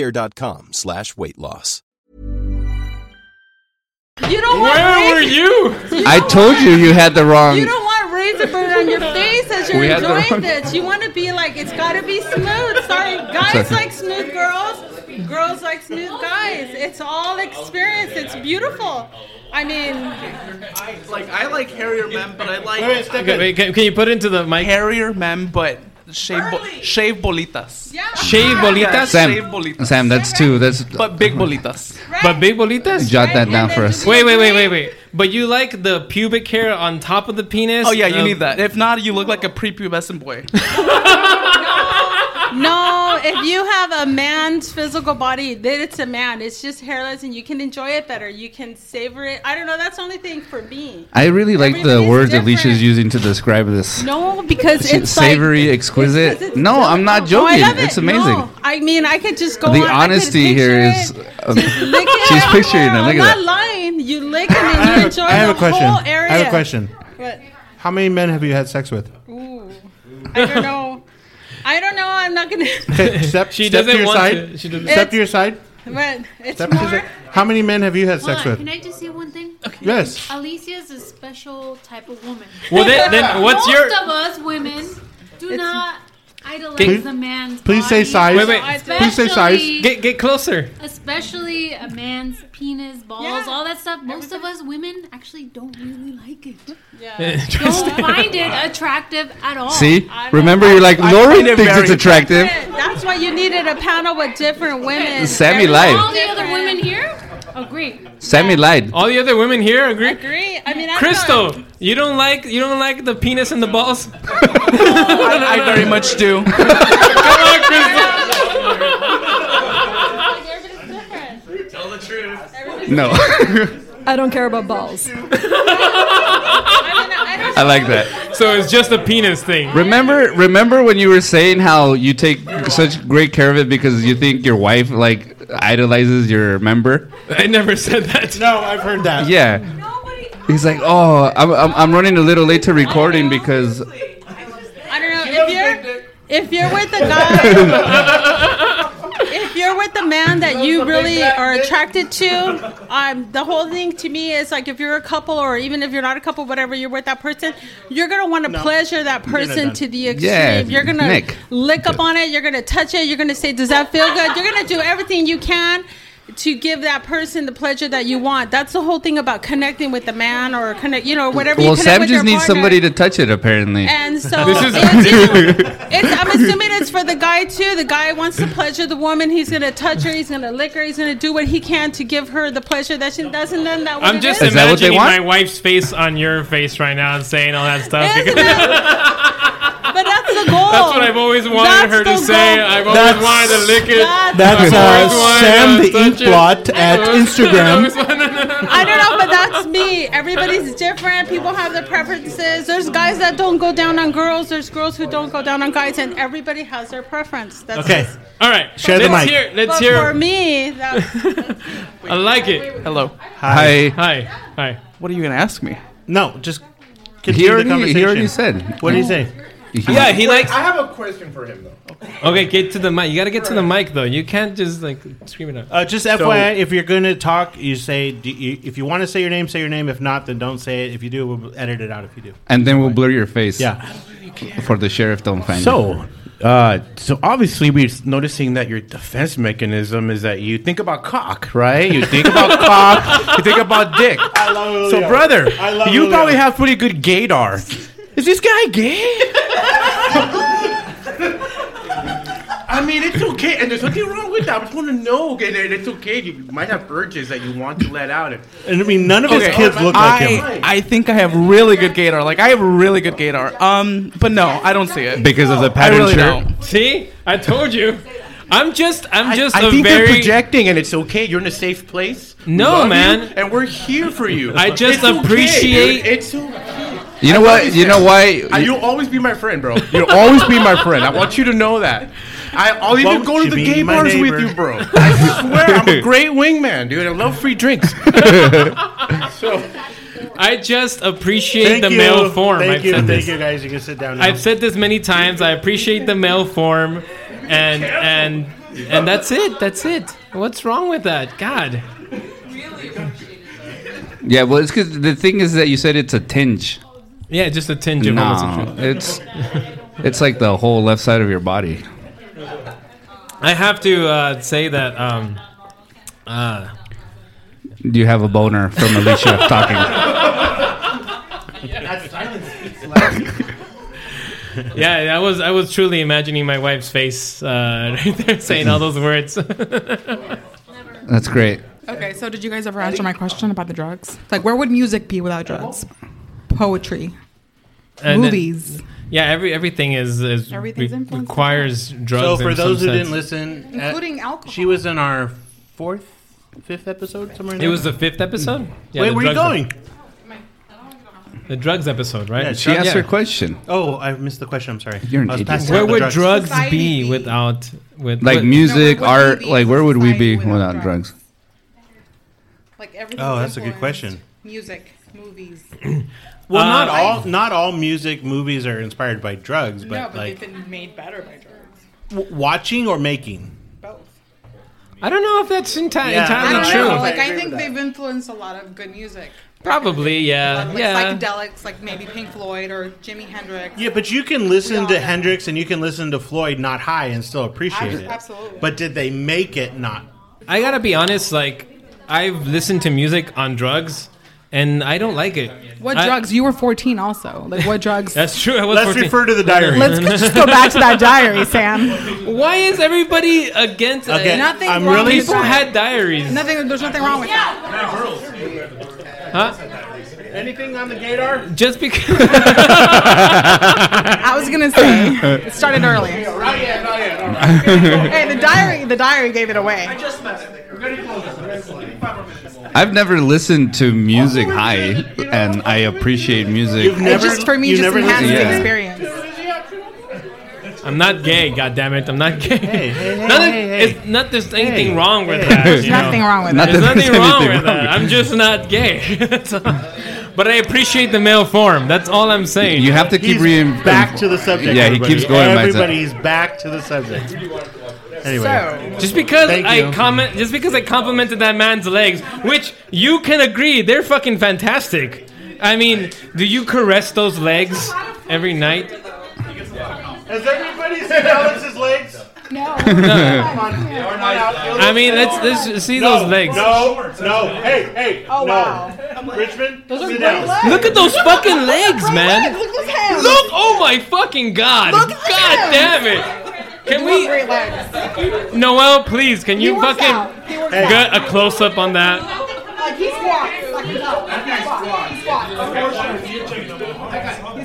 [SPEAKER 16] Plushcare.com slash weight loss.
[SPEAKER 13] You don't want
[SPEAKER 5] Where were
[SPEAKER 13] razor-
[SPEAKER 5] you?
[SPEAKER 6] I told you you had the wrong.
[SPEAKER 13] You don't want razor burn on your face as you're
[SPEAKER 6] Um, We had the
[SPEAKER 13] enjoying
[SPEAKER 6] wrong-
[SPEAKER 13] this. You want to be like it's got to be smooth. Sorry, guys
[SPEAKER 6] Sorry.
[SPEAKER 13] like smooth girls, girls like smooth guys. It's all experience. It's beautiful. I mean,
[SPEAKER 11] I, like I like hairier men, but I like.
[SPEAKER 5] Okay, wait, can, can you put it into the mic?
[SPEAKER 11] Hairier men, but shave, bo- shave bolitas. Yeah.
[SPEAKER 5] Shave bolitas?
[SPEAKER 11] Yeah, shave
[SPEAKER 6] Sam.
[SPEAKER 11] bolitas.
[SPEAKER 6] Sam, that's two. That's
[SPEAKER 11] But big bolitas.
[SPEAKER 5] But big bolitas?
[SPEAKER 6] Jot that down for us.
[SPEAKER 5] Wait, wait, wait, wait, wait. But you like the pubic hair on top of the penis?
[SPEAKER 11] Oh yeah, you
[SPEAKER 5] Uh,
[SPEAKER 11] need that. If not, you look like a prepubescent boy.
[SPEAKER 13] no, if you have a man's physical body, then it's a man. It's just hairless, and you can enjoy it better. You can savor it. I don't know. That's the only thing for me.
[SPEAKER 6] I really like the words Alicia's using to describe this.
[SPEAKER 13] No, because
[SPEAKER 6] She-
[SPEAKER 13] it's like
[SPEAKER 6] savory, exquisite. no, I'm not joking. it's amazing.
[SPEAKER 13] I mean, I could just go
[SPEAKER 6] the
[SPEAKER 13] on. I could
[SPEAKER 6] honesty here is. um,
[SPEAKER 13] lick it
[SPEAKER 6] she's
[SPEAKER 13] everywhere.
[SPEAKER 6] picturing it. Look
[SPEAKER 13] I'm
[SPEAKER 6] at
[SPEAKER 13] not
[SPEAKER 6] that.
[SPEAKER 13] lying. You lick it and you enjoy
[SPEAKER 7] I have
[SPEAKER 13] the
[SPEAKER 7] a question.
[SPEAKER 13] whole
[SPEAKER 7] I
[SPEAKER 13] area.
[SPEAKER 7] have a question.
[SPEAKER 13] But,
[SPEAKER 7] How many men have you had sex with?
[SPEAKER 13] ooh, I don't know. I don't know. I'm not gonna.
[SPEAKER 7] Okay, step,
[SPEAKER 5] She
[SPEAKER 7] step
[SPEAKER 5] doesn't
[SPEAKER 7] to your
[SPEAKER 5] want
[SPEAKER 7] side.
[SPEAKER 5] to. She doesn't-
[SPEAKER 7] Step to your side.
[SPEAKER 13] But it's
[SPEAKER 7] Step to your
[SPEAKER 13] more.
[SPEAKER 7] side. How many men have you had
[SPEAKER 8] Hold
[SPEAKER 7] sex
[SPEAKER 8] on,
[SPEAKER 7] with?
[SPEAKER 8] Can I just say one thing? Okay.
[SPEAKER 7] Yes.
[SPEAKER 8] Alicia is a special type of woman.
[SPEAKER 7] Well, then- then what's
[SPEAKER 8] Most
[SPEAKER 7] your-
[SPEAKER 8] of us women do not idolize
[SPEAKER 5] Please-
[SPEAKER 8] a man's.
[SPEAKER 5] please say
[SPEAKER 8] body,
[SPEAKER 5] size. Wait, wait.
[SPEAKER 7] Please say size.
[SPEAKER 8] especially-
[SPEAKER 5] Get get closer.
[SPEAKER 8] Especially a man's penis, balls, all that stuff. Most of us women actually don't really like it.
[SPEAKER 13] Yeah.
[SPEAKER 8] don't find it attractive at all.
[SPEAKER 6] See? Remember, you're like, Lori thinks it's attractive.
[SPEAKER 13] That's why you needed a panel with different women.
[SPEAKER 6] Sammy
[SPEAKER 13] They're
[SPEAKER 6] lied.
[SPEAKER 13] all
[SPEAKER 8] the other
[SPEAKER 13] different.
[SPEAKER 8] women here Oh, agree.
[SPEAKER 6] Sammy lied.
[SPEAKER 5] All the other women here agree.
[SPEAKER 13] Agree. I mean, I
[SPEAKER 5] Crystal, you don't like you don't like the penis and the balls.
[SPEAKER 6] I very much do.
[SPEAKER 12] Tell the truth.
[SPEAKER 6] No.
[SPEAKER 17] I don't care about balls.
[SPEAKER 6] I like that.
[SPEAKER 5] So it's just a penis thing.
[SPEAKER 6] Remember, remember when you were saying how you take such great care of it because you think your wife like idolizes your member.
[SPEAKER 5] I never said that.
[SPEAKER 7] No, I've heard that.
[SPEAKER 6] Yeah. He's like, oh, I'm, I'm, I'm running a little late to recording because
[SPEAKER 13] I don't know if you're if you're with a guy. If you're with a man that you really are attracted to, um, the whole thing to me is like if you're a couple or even if you're not a couple, whatever, you're with that person, you're gonna want to pleasure that
[SPEAKER 6] You're not
[SPEAKER 13] person
[SPEAKER 6] done.
[SPEAKER 13] to the extreme.
[SPEAKER 6] Yeah,
[SPEAKER 13] you're gonna
[SPEAKER 6] Nick.
[SPEAKER 13] lick up on it, you're gonna touch it, you're gonna say, Does that feel good? You're gonna do everything you can to give that person the pleasure that you want. That's the whole thing about connecting with a man or connect, you know, whatever
[SPEAKER 6] well,
[SPEAKER 13] you connect
[SPEAKER 6] Sam
[SPEAKER 13] with
[SPEAKER 6] just
[SPEAKER 13] your
[SPEAKER 6] needs
[SPEAKER 13] partner.
[SPEAKER 6] somebody to touch it apparently.
[SPEAKER 13] And so This is- it's- It's, I'm assuming it's for the guy too. The guy wants to pleasure the woman. He's gonna touch her. He's gonna lick her. He's gonna do what he can to give her the pleasure that she doesn't. Then that what
[SPEAKER 5] I'm
[SPEAKER 13] it
[SPEAKER 5] just
[SPEAKER 13] is?
[SPEAKER 5] imagining my wife's face on your face right now and saying all that stuff. because-
[SPEAKER 13] But that's the goal.
[SPEAKER 5] That's what I've always wanted
[SPEAKER 13] That's
[SPEAKER 5] her to
[SPEAKER 13] the
[SPEAKER 5] say.
[SPEAKER 13] goal.
[SPEAKER 5] I've always
[SPEAKER 13] That's-
[SPEAKER 5] wanted to lick it.
[SPEAKER 7] That's
[SPEAKER 5] I've
[SPEAKER 7] uh,
[SPEAKER 5] always wanted
[SPEAKER 7] Sam
[SPEAKER 5] to
[SPEAKER 7] the
[SPEAKER 5] touch it.
[SPEAKER 7] Inkblot at Instagram.
[SPEAKER 13] I don't know, but that's me. Everybody's different. People have their preferences. There's guys that don't go down on girls. There's girls who don't go down on guys, and everybody has their preference. That's
[SPEAKER 7] Okay.
[SPEAKER 5] All right.
[SPEAKER 7] Share the
[SPEAKER 5] Let's
[SPEAKER 7] mic.
[SPEAKER 5] hear- let's
[SPEAKER 13] but
[SPEAKER 5] hear-
[SPEAKER 13] For me, that,
[SPEAKER 5] I like it.
[SPEAKER 18] Hello.
[SPEAKER 7] Hi.
[SPEAKER 5] Hi. Hi.
[SPEAKER 18] What are you gonna ask me?
[SPEAKER 7] No, just continue the conversation. What did he say?
[SPEAKER 5] Yeah, he likes.
[SPEAKER 11] I have a question for him though.
[SPEAKER 5] Okay, get to the mic. You gotta get to the mic though. You can't just like scream it out.
[SPEAKER 7] Uh, just FYI, if you're going to talk, you say do you, if you want to say your name, say your name. If not, then don't say it. If you do, we'll edit it out. If you do.
[SPEAKER 6] And then we'll blur your face.
[SPEAKER 7] Yeah.
[SPEAKER 11] Oh,
[SPEAKER 6] For the sheriff don't find it.
[SPEAKER 14] So, uh, so obviously we're noticing that your defense mechanism is that you think about cock, right? You think about cock. You think about dick. I
[SPEAKER 7] love
[SPEAKER 14] So, brother,
[SPEAKER 7] I love
[SPEAKER 14] you
[SPEAKER 7] Julio.
[SPEAKER 14] probably have pretty good gaydar. Is this guy gay?
[SPEAKER 11] I mean, it's okay, and there's nothing wrong with that. I just want to know, and and it's okay. You might have urges that you want to let out. And,
[SPEAKER 7] And I mean, none of
[SPEAKER 11] Okay.
[SPEAKER 7] his kids look like
[SPEAKER 18] I,
[SPEAKER 7] him.
[SPEAKER 18] I think I have really good gaydar. Like I have really good gaydar. Um, but no, I don't see it
[SPEAKER 6] Because of the
[SPEAKER 18] I
[SPEAKER 6] pattern
[SPEAKER 18] really
[SPEAKER 6] shirt?
[SPEAKER 18] don't.
[SPEAKER 5] See, I told you. I'm just. I'm just
[SPEAKER 14] I
[SPEAKER 5] a
[SPEAKER 14] think
[SPEAKER 5] very.
[SPEAKER 14] you're projecting, and it's okay. You're in a safe place. We
[SPEAKER 5] No,
[SPEAKER 14] love you,
[SPEAKER 5] man.
[SPEAKER 14] and we're here for you.
[SPEAKER 5] I just
[SPEAKER 14] It's okay,
[SPEAKER 5] appreciate-
[SPEAKER 14] dude. It's okay.
[SPEAKER 6] You know what? You know why?
[SPEAKER 14] Uh,
[SPEAKER 6] you-
[SPEAKER 14] You'll always be my friend, bro. You'll always be my friend. I want you to know that. I, I'll even
[SPEAKER 11] Won't
[SPEAKER 14] go to
[SPEAKER 11] you
[SPEAKER 14] the
[SPEAKER 11] be
[SPEAKER 14] gay
[SPEAKER 11] my
[SPEAKER 14] bars
[SPEAKER 11] neighbor?
[SPEAKER 14] with you, bro. I swear, I'm a great wingman, dude. I love free drinks.
[SPEAKER 5] I just appreciate
[SPEAKER 7] Thank
[SPEAKER 5] the
[SPEAKER 7] you.
[SPEAKER 5] male form.
[SPEAKER 7] Thank
[SPEAKER 5] I've
[SPEAKER 7] you.
[SPEAKER 5] said
[SPEAKER 7] Thank
[SPEAKER 5] this.
[SPEAKER 7] you, guys. You can sit down. Now.
[SPEAKER 5] I've said this many times. I appreciate the male form, and and and that's it. That's it. What's wrong with that? God.
[SPEAKER 6] Yeah, well, it's because the thing is that you said it's a tinge.
[SPEAKER 5] Yeah, just a tinge of
[SPEAKER 6] no,
[SPEAKER 5] homosexuality.
[SPEAKER 6] it's it's like the whole left side of your body.
[SPEAKER 5] I have to uh, say that. Um, uh,
[SPEAKER 6] You have a boner from Alicia talking.
[SPEAKER 5] yeah, I was I was truly imagining my wife's face uh, right there saying all those words.
[SPEAKER 6] That's great.
[SPEAKER 17] Okay, so did you guys ever answer my question about the drugs? Like, where would music be without drugs? Poetry,
[SPEAKER 5] And then-
[SPEAKER 17] movies.
[SPEAKER 5] yeah, every everything is, is
[SPEAKER 17] Everything's
[SPEAKER 5] re-
[SPEAKER 17] influenced by
[SPEAKER 5] requires drugs.
[SPEAKER 7] So
[SPEAKER 5] in
[SPEAKER 7] for
[SPEAKER 5] some
[SPEAKER 7] those who
[SPEAKER 5] sense.
[SPEAKER 7] didn't listen, uh,
[SPEAKER 17] Including alcohol.
[SPEAKER 7] she was in our fourth, fifth episode somewhere. in
[SPEAKER 5] it
[SPEAKER 7] there?
[SPEAKER 5] was the fifth episode. Yeah,
[SPEAKER 7] Wait,
[SPEAKER 5] the
[SPEAKER 7] where you
[SPEAKER 5] drugs
[SPEAKER 7] going?
[SPEAKER 5] ep- The drugs episode, right?
[SPEAKER 7] Yeah,
[SPEAKER 6] She asked her question.
[SPEAKER 7] Oh, I missed the question. I'm sorry.
[SPEAKER 6] You're an
[SPEAKER 7] I was
[SPEAKER 6] idiot.
[SPEAKER 7] passing
[SPEAKER 5] Where
[SPEAKER 7] out the
[SPEAKER 5] would
[SPEAKER 7] drugs.
[SPEAKER 5] drugs, be without with
[SPEAKER 6] Like
[SPEAKER 5] with-
[SPEAKER 6] music, art, like where would we be without drugs?
[SPEAKER 13] like everything.
[SPEAKER 7] Oh, that's a good question.
[SPEAKER 13] Music, movies.
[SPEAKER 7] Well, not
[SPEAKER 13] Uh,
[SPEAKER 7] all not all music movies are inspired by drugs, but,
[SPEAKER 13] no, but
[SPEAKER 7] like
[SPEAKER 13] they've been made better by drugs.
[SPEAKER 7] w- watching or making.
[SPEAKER 5] I don't know if that's enti-
[SPEAKER 7] Yeah.
[SPEAKER 5] entirely
[SPEAKER 7] I don't
[SPEAKER 5] true.
[SPEAKER 7] know,
[SPEAKER 17] Like, I think they've influenced a lot of good music.
[SPEAKER 5] Probably, yeah,
[SPEAKER 17] Like
[SPEAKER 5] yeah.
[SPEAKER 17] psychedelics, like maybe Pink Floyd or Jimi Hendrix.
[SPEAKER 7] Yeah, but you can listen to Hendrix and you can listen to Floyd not high and still appreciate
[SPEAKER 17] Abs-
[SPEAKER 7] it.
[SPEAKER 17] absolutely.
[SPEAKER 7] But did they make it not?
[SPEAKER 5] I gotta be honest. Like I've listened to music on drugs, and I don't like it.
[SPEAKER 17] What
[SPEAKER 5] I-
[SPEAKER 17] drugs? You were 14 also. Like what drugs?
[SPEAKER 5] That's true. I was
[SPEAKER 17] Let's
[SPEAKER 5] 14.
[SPEAKER 17] refer to the diary. Let's just go back to that diary, Sam.
[SPEAKER 5] Why is everybody against it?
[SPEAKER 17] Okay, Nothing I'm wrong really with
[SPEAKER 5] people
[SPEAKER 17] that.
[SPEAKER 5] had diaries.
[SPEAKER 17] Nothing. There's nothing wrong with that.
[SPEAKER 5] Huh?
[SPEAKER 14] Anything on the gator?
[SPEAKER 5] Just because.
[SPEAKER 17] I was gonna say it started early.
[SPEAKER 14] Right, yeah, not yet. All
[SPEAKER 17] hey, the diary. The diary gave it away. I
[SPEAKER 14] just messed it. We're gonna close this. We're gonna close it.
[SPEAKER 6] I've never listened to music high, and I appreciate music.
[SPEAKER 17] It just for me just enhanced the experience.
[SPEAKER 5] I'm not gay. God damn it, I'm not gay.
[SPEAKER 17] hey,
[SPEAKER 5] Not that-
[SPEAKER 17] hey,
[SPEAKER 5] It's not there's anything wrong with that.
[SPEAKER 6] There's
[SPEAKER 5] you know?
[SPEAKER 17] nothing wrong with
[SPEAKER 5] There's
[SPEAKER 17] that. Not that
[SPEAKER 5] nothing
[SPEAKER 17] there's
[SPEAKER 5] wrong
[SPEAKER 17] anything
[SPEAKER 5] with that.
[SPEAKER 17] wrong.
[SPEAKER 5] I'm just not gay. That's all. but I appreciate the male form. That's all I'm saying.
[SPEAKER 6] You have to keep He's re-
[SPEAKER 7] back to the subject.
[SPEAKER 6] Yeah, he
[SPEAKER 7] everybody.
[SPEAKER 6] keeps going back to-
[SPEAKER 7] Everybody's back to the subject. Anyway,
[SPEAKER 5] Just because
[SPEAKER 7] Thank
[SPEAKER 5] I
[SPEAKER 7] you.
[SPEAKER 5] comment, just because I complimented that man's legs, which you can agree, they're fucking fantastic. I mean, do you caress those legs every night?
[SPEAKER 7] has everybody seen Alex's legs? No.
[SPEAKER 5] No.
[SPEAKER 7] Come on. Come on out. You'll
[SPEAKER 5] I mean,
[SPEAKER 7] look-
[SPEAKER 5] let's let's see
[SPEAKER 7] No,
[SPEAKER 5] those legs.
[SPEAKER 7] No, no. Hey, hey. Oh, no. Richmond,
[SPEAKER 17] Those
[SPEAKER 7] sit
[SPEAKER 17] are great
[SPEAKER 7] down.
[SPEAKER 17] legs.
[SPEAKER 5] Look at those fucking legs,
[SPEAKER 17] Great
[SPEAKER 5] man.
[SPEAKER 17] legs, look at his hands.
[SPEAKER 5] Look, oh my fucking god.
[SPEAKER 17] Look at his
[SPEAKER 5] god
[SPEAKER 17] hands.
[SPEAKER 5] damn it. Can we
[SPEAKER 17] Great legs.
[SPEAKER 5] Noel, please, can
[SPEAKER 17] He
[SPEAKER 5] you
[SPEAKER 17] works out.
[SPEAKER 5] fucking
[SPEAKER 17] He works
[SPEAKER 5] get
[SPEAKER 17] out.
[SPEAKER 5] a close up on that?
[SPEAKER 17] Like he squats. Like he's up. He squats. He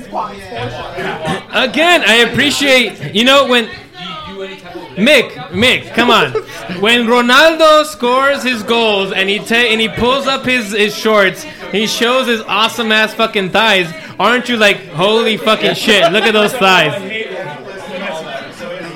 [SPEAKER 17] squats. He squats.
[SPEAKER 5] Again, I appreciate you know when Mick, Mick, come on. When Ronaldo scores his goals and he ta- and he pulls up his, his shorts, he shows his awesome ass fucking thighs. Aren't you like holy fucking shit? Look at those thighs.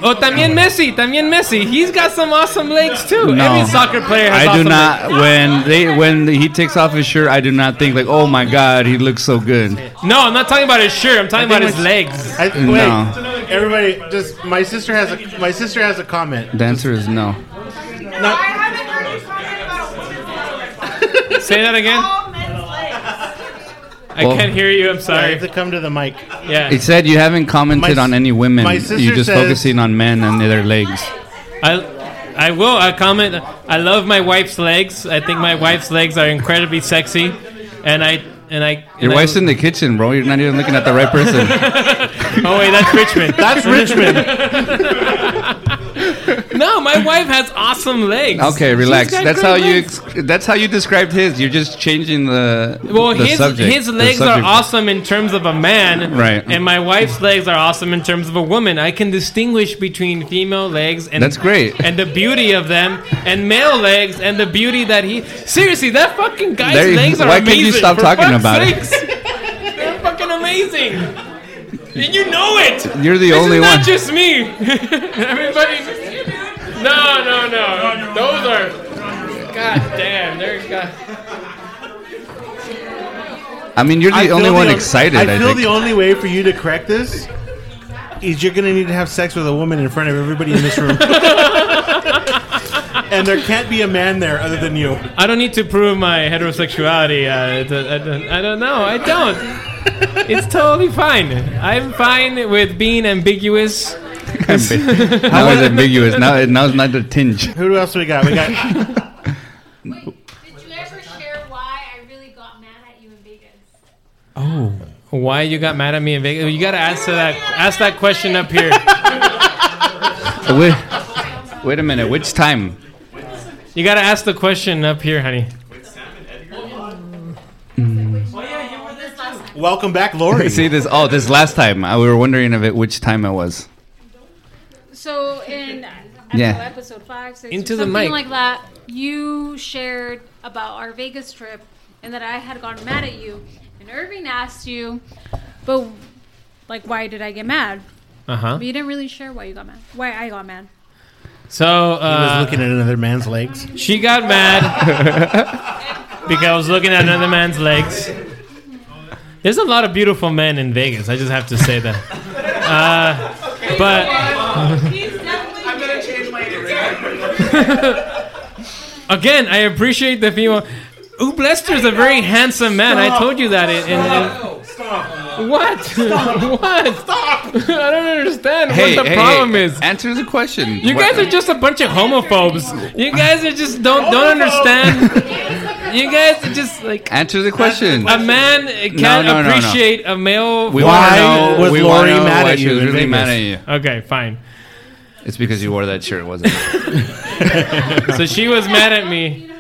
[SPEAKER 5] Oh, también Messi, también Messi. He's got some awesome legs too.
[SPEAKER 6] No.
[SPEAKER 5] Every soccer player has
[SPEAKER 6] I do
[SPEAKER 5] awesome
[SPEAKER 6] not.
[SPEAKER 5] legs.
[SPEAKER 6] When they when he takes off his shirt, I do not think like, oh my god, he looks so good.
[SPEAKER 5] No, I'm not talking about his shirt. I'm talking about his legs.
[SPEAKER 7] I, wait,
[SPEAKER 6] No.
[SPEAKER 7] everybody, just my sister has a my sister has a comment.
[SPEAKER 6] The answer is no.
[SPEAKER 5] Say that again. I
[SPEAKER 6] Well-
[SPEAKER 5] can't hear you. I'm
[SPEAKER 7] I
[SPEAKER 5] sorry.
[SPEAKER 7] have to come to the mic.
[SPEAKER 5] Yeah.
[SPEAKER 6] It said you haven't commented
[SPEAKER 7] My s-
[SPEAKER 6] on any women.
[SPEAKER 7] my sister
[SPEAKER 6] You're just
[SPEAKER 7] says-
[SPEAKER 6] focusing on men and their legs.
[SPEAKER 5] I, I will. I comment. I love my wife's legs. I think my wife's legs are incredibly sexy, and I and I. and
[SPEAKER 6] Your
[SPEAKER 5] I-
[SPEAKER 6] wife's in the kitchen, bro. You're not even looking at the right person.
[SPEAKER 5] Oh wait, that's Richmond.
[SPEAKER 6] That's Richmond.
[SPEAKER 5] no, my wife has awesome legs.
[SPEAKER 6] Okay, relax.
[SPEAKER 5] She's got
[SPEAKER 6] That's
[SPEAKER 5] great
[SPEAKER 6] how you.
[SPEAKER 5] legs.
[SPEAKER 6] Ex- that's how you described his. You're just changing the.
[SPEAKER 5] Well,
[SPEAKER 6] the
[SPEAKER 5] his
[SPEAKER 6] subject,
[SPEAKER 5] his
[SPEAKER 6] the
[SPEAKER 5] legs are
[SPEAKER 6] subject.
[SPEAKER 5] awesome in terms of a man,
[SPEAKER 6] Right.
[SPEAKER 5] And my wife's legs are awesome in terms of a woman. I can distinguish between female legs and
[SPEAKER 6] That's great.
[SPEAKER 5] and the beauty of them, and male legs and the beauty that he. Seriously, that fucking guy's
[SPEAKER 6] There you-
[SPEAKER 5] legs are
[SPEAKER 6] why
[SPEAKER 5] amazing.
[SPEAKER 6] can't you stop
[SPEAKER 5] for
[SPEAKER 6] talking
[SPEAKER 5] fuck's
[SPEAKER 6] about it?
[SPEAKER 5] sakes. They're fucking amazing, and you know it.
[SPEAKER 6] You're the
[SPEAKER 5] This is
[SPEAKER 6] only
[SPEAKER 5] not
[SPEAKER 6] one.
[SPEAKER 5] just me. Everybody. No, no, no. Those are. God damn, they're. God.
[SPEAKER 6] I mean, you're
[SPEAKER 7] I
[SPEAKER 6] the
[SPEAKER 7] feel
[SPEAKER 6] only one
[SPEAKER 7] on-
[SPEAKER 6] excited.
[SPEAKER 7] I
[SPEAKER 6] I,
[SPEAKER 7] feel
[SPEAKER 6] think.
[SPEAKER 7] the only way for you to correct this is you're going to need to have sex with a woman in front of everybody in this room. and there can't be a man there other than you.
[SPEAKER 5] I don't need to prove my heterosexuality. Uh, I, don't, I, don't, I don't know. I don't. It's totally fine. I'm fine with being ambiguous.
[SPEAKER 6] now it's ambiguous. Now, it- now it's not the tinge.
[SPEAKER 7] Who else we got? We got
[SPEAKER 8] Did you ever share why I really got mad at you in Vegas?
[SPEAKER 5] Oh. Why you got mad at me in Vegas? You gotta answer that. Ask that question up here.
[SPEAKER 6] Wait, wait a minute. Which time?
[SPEAKER 5] You gotta ask the question up here, honey.
[SPEAKER 7] Welcome back, Lori.
[SPEAKER 6] See this? Oh, this last time. I, we were wondering if it which time it was.
[SPEAKER 8] So in I don't
[SPEAKER 6] Yeah.
[SPEAKER 8] know, episode five, six,
[SPEAKER 5] Into
[SPEAKER 8] or
[SPEAKER 5] the
[SPEAKER 8] something
[SPEAKER 5] mic.
[SPEAKER 8] like that, you shared about our Vegas trip and that I had gotten mad at you, and Irving asked you, but like, why did I get mad?
[SPEAKER 5] Uh huh.
[SPEAKER 8] But you didn't really share why you got mad. Why I got mad.
[SPEAKER 5] So uh,
[SPEAKER 7] he was looking at another man's legs.
[SPEAKER 5] She got mad because I was looking at another man's legs. There's a lot of beautiful men in Vegas. I just have to say that. Uh, but
[SPEAKER 12] I'm gonna change my
[SPEAKER 5] again, I appreciate the female. Ooh, Blester's a very handsome man. I told you that. In, in, in- what? what? Stop! I don't understand
[SPEAKER 6] Hey,
[SPEAKER 5] what the
[SPEAKER 6] hey,
[SPEAKER 5] problem
[SPEAKER 6] hey,
[SPEAKER 5] is.
[SPEAKER 6] Answer the question.
[SPEAKER 5] You
[SPEAKER 6] What-
[SPEAKER 5] guys are just a bunch of homophobes. You guys are just don't don't understand. You guys are just like
[SPEAKER 6] Answer the question.
[SPEAKER 5] a man
[SPEAKER 6] No,
[SPEAKER 5] can't
[SPEAKER 6] no, no, no.
[SPEAKER 5] appreciate a male.
[SPEAKER 6] We wanna know- we wanna know why She was
[SPEAKER 5] in
[SPEAKER 6] really
[SPEAKER 5] Vegas.
[SPEAKER 6] mad at you.
[SPEAKER 5] Okay, fine.
[SPEAKER 6] It's because you wore that shirt, wasn't it?
[SPEAKER 5] so she was mad at me.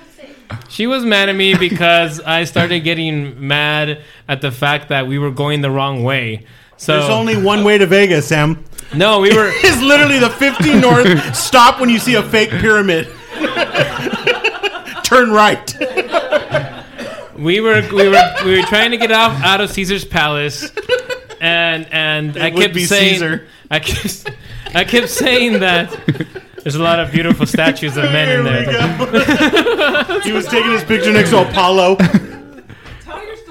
[SPEAKER 5] She was mad at me because I started getting mad at the fact that we were going the wrong way. So
[SPEAKER 7] There's only one way to Vegas, Sam.
[SPEAKER 5] No, we were.
[SPEAKER 7] it's literally the 15 north. Stop when you see a fake pyramid. Turn right.
[SPEAKER 5] we were we were we were trying to get off out of Caesar's Palace, and and I
[SPEAKER 7] would
[SPEAKER 5] kept
[SPEAKER 7] be
[SPEAKER 5] saying
[SPEAKER 7] Caesar.
[SPEAKER 5] I kept I kept saying that there's a lot of beautiful statues of men in there.
[SPEAKER 7] he was taking his picture next to Apollo.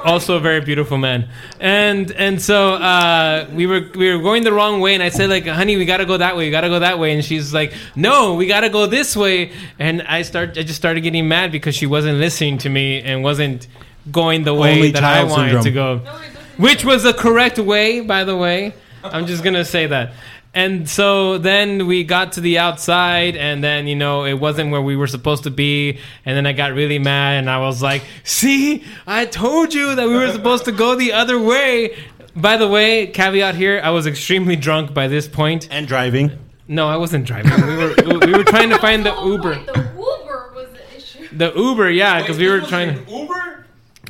[SPEAKER 5] Also a very beautiful man, and and so uh, we were we were going the wrong way, and I said like, honey, we gotta go that way, we gotta go that way, and she's like, no, we gotta go this way, and I start I just started getting mad because she wasn't listening to me and wasn't going the way
[SPEAKER 7] Only
[SPEAKER 5] that I
[SPEAKER 7] child
[SPEAKER 5] wanted to
[SPEAKER 7] syndrome.
[SPEAKER 5] go. which was the correct way, by the way. I'm just gonna say that. And so then we got to the outside, and then you know it wasn't where we were supposed to be. And then I got really mad, and I was like, "See, I told you that we were supposed to go the other way." By the way, caveat here: I was extremely drunk by this point,
[SPEAKER 7] and driving.
[SPEAKER 5] No, I wasn't driving. We were we were trying to find the Uber. The Uber, yeah, because we were trying to
[SPEAKER 12] Uber?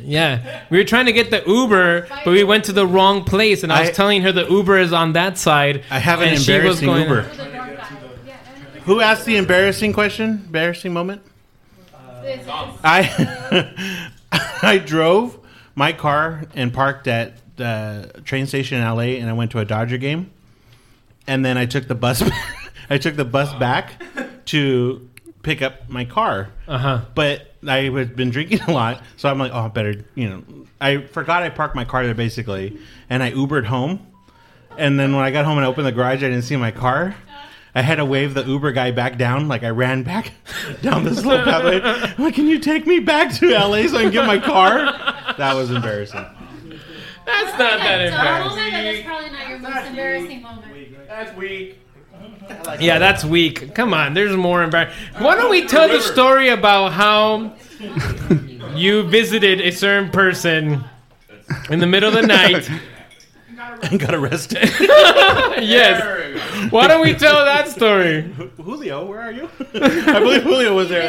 [SPEAKER 5] yeah, we were trying to get the Uber, but we went to the wrong place, and I was
[SPEAKER 7] I-
[SPEAKER 5] telling her the Uber is on that side.
[SPEAKER 7] I have an
[SPEAKER 5] and she was
[SPEAKER 7] embarrassing
[SPEAKER 5] going-
[SPEAKER 7] Uber. Who asked the embarrassing question? Embarrassing moment? I I drove my car and parked at the train station in LA, and I went to a Dodger game, and then I took the bus. I took the bus back to pick up my car.
[SPEAKER 5] Uh-huh.
[SPEAKER 7] But I had been drinking a lot, so I'm like, oh, I better, you know, I forgot I parked my car there basically, and I Ubered home. And then when I got home and I opened the garage, I didn't see my car. I had to wave the Uber guy back down. Like I ran back down this little pathway. I'm like, can you take me back to LA so I can get my car? That was embarrassing.
[SPEAKER 5] That's not that embarrassing.
[SPEAKER 8] That's probably not your most embarrassing moment.
[SPEAKER 11] That's weak.
[SPEAKER 5] Yeah, that's weak. Come on, there's more embarrassing. Why don't we tell the story about how you visited a certain person in the middle of the night?
[SPEAKER 7] And got arrested.
[SPEAKER 5] yes. Why don't we tell that story?
[SPEAKER 7] Julio, where are you? I believe Julio was there.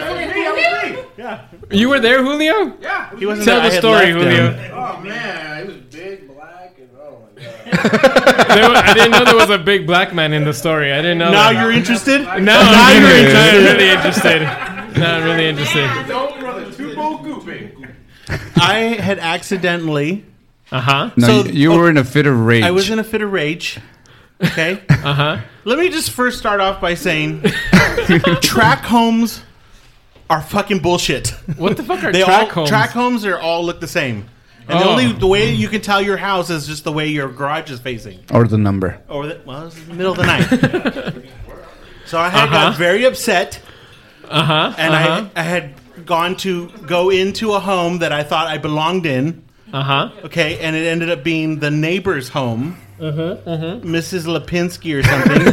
[SPEAKER 11] Yeah.
[SPEAKER 5] You were there, Julio?
[SPEAKER 11] Yeah.
[SPEAKER 7] He wasn't
[SPEAKER 5] Tell
[SPEAKER 7] there. I
[SPEAKER 5] the
[SPEAKER 7] had
[SPEAKER 5] story,
[SPEAKER 7] left
[SPEAKER 5] Julio.
[SPEAKER 7] him.
[SPEAKER 11] Oh man, it was big, black, and oh my god.
[SPEAKER 5] There wa- I didn't know there was a big black man in the story. I didn't know.
[SPEAKER 7] Now
[SPEAKER 5] that.
[SPEAKER 7] you're interested?
[SPEAKER 5] No,
[SPEAKER 7] Now
[SPEAKER 5] I'm
[SPEAKER 7] you're
[SPEAKER 5] really- I'm
[SPEAKER 7] interested.
[SPEAKER 5] really interested. Not really interested.
[SPEAKER 11] No, brother, two bold gooping.
[SPEAKER 7] I had accidentally.
[SPEAKER 5] Uh huh.
[SPEAKER 6] Uh-huh. no, you you were in a fit of rage.
[SPEAKER 7] I was in a fit of rage. Okay.
[SPEAKER 5] Uh huh.
[SPEAKER 7] Let me just first start off by saying track homes are fucking bullshit.
[SPEAKER 5] What the fuck are
[SPEAKER 7] they
[SPEAKER 5] track
[SPEAKER 7] all,
[SPEAKER 5] homes?
[SPEAKER 7] Track homes are all look the same. And the
[SPEAKER 5] Oh.
[SPEAKER 7] only the way you can tell your house is just the way your garage is facing.
[SPEAKER 6] or the number.
[SPEAKER 7] Or the, well, it's the middle of the night. so I had
[SPEAKER 5] Uh-huh.
[SPEAKER 7] got very upset.
[SPEAKER 5] Uh-huh,
[SPEAKER 7] And
[SPEAKER 5] uh-huh.
[SPEAKER 7] I I had gone to go into a home that I thought I belonged in.
[SPEAKER 5] Uh-huh.
[SPEAKER 7] Okay, and it ended up being the neighbor's home.
[SPEAKER 5] Uh-huh. Uh-huh.
[SPEAKER 7] Mrs. Lipinski or something,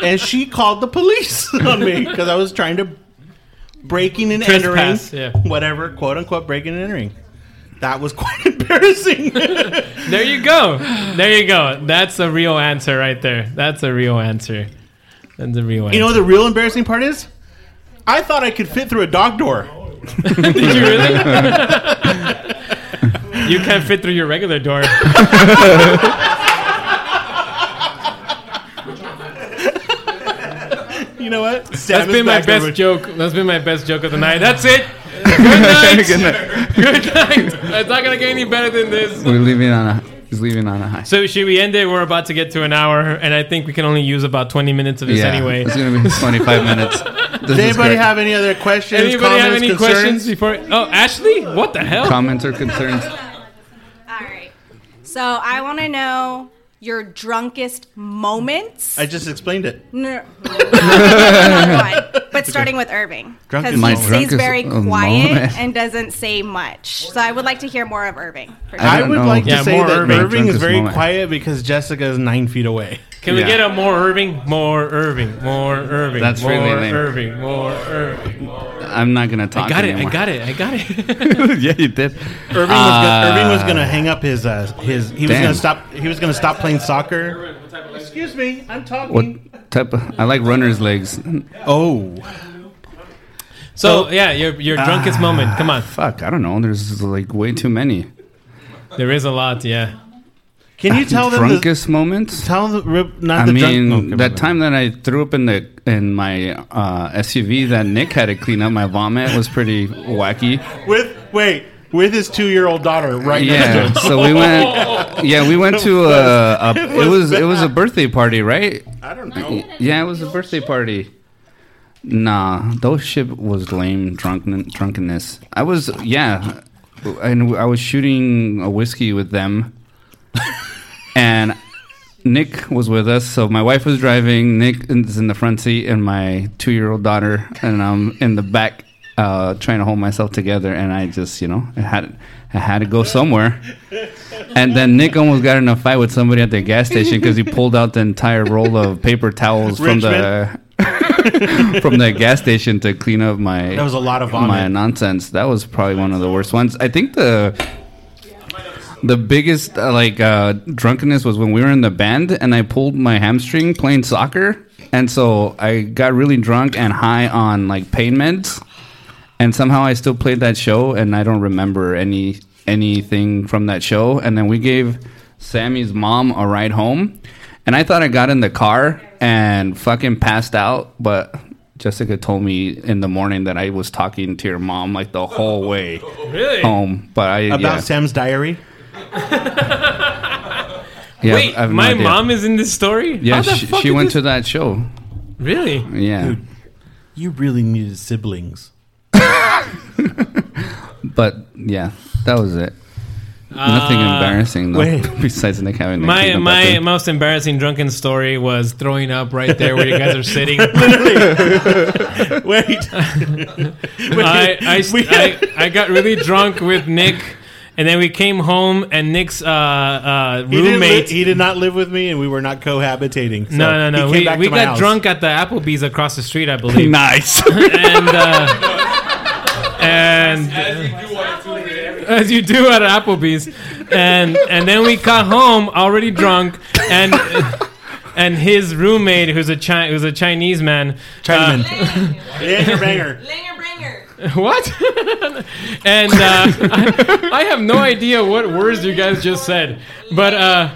[SPEAKER 7] and she called the police on me because I was trying to breaking and
[SPEAKER 5] Trespass,
[SPEAKER 7] entering, whatever, quote unquote, breaking and entering. That was quite embarrassing.
[SPEAKER 5] There you go. There you go. That's a real answer right there. That's a real answer. That's a real answer.
[SPEAKER 7] you know what the real embarrassing part is? I thought I could fit through a dog door.
[SPEAKER 5] Did you really? you can't fit through your regular door.
[SPEAKER 7] You know what?
[SPEAKER 5] That's
[SPEAKER 7] Sam is
[SPEAKER 5] been my
[SPEAKER 7] back
[SPEAKER 5] best
[SPEAKER 7] over-
[SPEAKER 5] joke. That's been my best joke of the night. That's it. Good night. Good night. It's not gonna get any better than this.
[SPEAKER 6] We're leaving on a. He's leaving on a high.
[SPEAKER 5] So should we end it? We're about to get to an hour, and I think we can only use about twenty minutes of this
[SPEAKER 6] yeah,
[SPEAKER 5] anyway.
[SPEAKER 6] it's gonna be 25 minutes. This
[SPEAKER 7] Does
[SPEAKER 6] is
[SPEAKER 7] anybody
[SPEAKER 6] great.
[SPEAKER 7] have any other questions?
[SPEAKER 5] Anybody have
[SPEAKER 7] comments,
[SPEAKER 5] any
[SPEAKER 7] concerns?
[SPEAKER 5] questions before? Oh, Ashley, what the hell?
[SPEAKER 6] comments or concerns?
[SPEAKER 1] So I want to know your drunkest moments.
[SPEAKER 7] I just explained it.
[SPEAKER 1] No, another one, but starting with Irving because
[SPEAKER 7] Drunkest
[SPEAKER 1] he
[SPEAKER 7] moment.
[SPEAKER 1] stays
[SPEAKER 7] Drunkest
[SPEAKER 1] very
[SPEAKER 7] moment.
[SPEAKER 1] quiet and doesn't say much. So I would like to hear more of Irving. for sure.
[SPEAKER 7] I, would like to
[SPEAKER 5] Yeah,
[SPEAKER 7] say
[SPEAKER 5] more
[SPEAKER 7] that
[SPEAKER 5] Irving.
[SPEAKER 7] Irving, is
[SPEAKER 5] Drunkest
[SPEAKER 7] very
[SPEAKER 5] moment.
[SPEAKER 7] quiet because Jessica is nine feet away.
[SPEAKER 5] Can we get a more Irving, more Irving, more Irving,
[SPEAKER 7] That's
[SPEAKER 5] more
[SPEAKER 7] really lame.
[SPEAKER 5] Irving, more Irving? More Irving.
[SPEAKER 6] I'm not gonna talk.
[SPEAKER 5] I got it.
[SPEAKER 6] anymore.
[SPEAKER 5] I got it. I got it.
[SPEAKER 6] yeah, you did. Uh,
[SPEAKER 7] Irving was, gonna, Irving was gonna hang up his uh, his. He was
[SPEAKER 6] Damn.
[SPEAKER 7] gonna stop. He was gonna stop playing soccer.
[SPEAKER 11] Excuse me, I'm talking.
[SPEAKER 6] What type? Of, I like runner's legs. Oh.
[SPEAKER 5] So, yeah, your your drunkest moment. Come on.
[SPEAKER 6] Fuck, I don't know. There's like way too many.
[SPEAKER 5] There is a lot. Yeah.
[SPEAKER 7] Can you tell them the-
[SPEAKER 6] drunkest moments?
[SPEAKER 7] Tell the rib- not
[SPEAKER 6] I
[SPEAKER 7] the
[SPEAKER 6] mean,
[SPEAKER 7] drunk. Okay,
[SPEAKER 6] that time that I threw up in the in my uh, SUV that Nick had to clean up my vomit was pretty wacky.
[SPEAKER 7] with wait with his two year old daughter right
[SPEAKER 6] yeah.
[SPEAKER 7] next to him.
[SPEAKER 6] So we went. Yeah, we went to uh, a. a it was it was a birthday party, right? I don't know. Yeah, it was a birthday party. Nah, those shit was lame drunken drunkenness. I was yeah, and I was shooting a whiskey with them, and Nick was with us. So my wife was driving. Nick is in the front seat, and my two year old daughter, and I'm in the back. Uh, trying to hold myself together, and I just, you know, I had I had to go somewhere. And then Nick almost got in a fight with somebody at the gas station because he pulled out the entire roll of paper towels from the from the gas station to clean up my
[SPEAKER 7] That was a lot of vomit.
[SPEAKER 6] my nonsense. That was probably one of the worst ones. I think the the biggest uh, like uh, drunkenness was when we were in the band and I pulled my hamstring playing soccer, and so I got really drunk and high on like pain meds, and somehow I still played that show and I don't remember any anything from that show. And then we gave Sammy's mom a ride home, and I thought I got in the car and fucking passed out, but. Jessica told me in the morning that I was talking to your mom like the whole way
[SPEAKER 7] Really?
[SPEAKER 6] home, but I
[SPEAKER 7] About
[SPEAKER 6] yeah.
[SPEAKER 7] Sam's diary.
[SPEAKER 6] Yeah,
[SPEAKER 5] Wait,
[SPEAKER 6] I have no
[SPEAKER 5] my
[SPEAKER 6] idea.
[SPEAKER 5] mom is in this story.
[SPEAKER 6] Yeah,
[SPEAKER 5] How the
[SPEAKER 6] she,
[SPEAKER 5] fuck
[SPEAKER 6] she
[SPEAKER 5] did
[SPEAKER 6] went
[SPEAKER 5] this-
[SPEAKER 6] to that show.
[SPEAKER 5] Really?
[SPEAKER 6] Yeah,
[SPEAKER 7] You really needed siblings.
[SPEAKER 6] but yeah, that was it. Nothing
[SPEAKER 5] Uh,
[SPEAKER 6] embarrassing though.
[SPEAKER 5] wait.
[SPEAKER 6] Besides Nick having to clean
[SPEAKER 5] My
[SPEAKER 6] up
[SPEAKER 5] my
[SPEAKER 6] after-
[SPEAKER 5] most embarrassing drunken story was throwing up right there where you guys are sitting.
[SPEAKER 7] Literally. Wait.
[SPEAKER 5] I, I, st- I, I got really drunk with Nick, and then we came home, and Nick's uh, uh,
[SPEAKER 7] He didn't li-
[SPEAKER 5] roommate.
[SPEAKER 7] he did not live with me, and we were not cohabitating. So
[SPEAKER 5] no, no, no.
[SPEAKER 7] He came
[SPEAKER 5] We,
[SPEAKER 7] back
[SPEAKER 5] we
[SPEAKER 7] to my
[SPEAKER 5] got
[SPEAKER 7] house.
[SPEAKER 5] drunk at the Applebee's across the street, I believe.
[SPEAKER 6] nice.
[SPEAKER 5] and uh, and as you do at Applebee's, and and then we got home already drunk, and and his roommate, who's a Chi- who's a Chinese man, Chinaman,
[SPEAKER 7] Linger banger.
[SPEAKER 5] what? and uh, I, I have no idea what words you guys just said, but uh,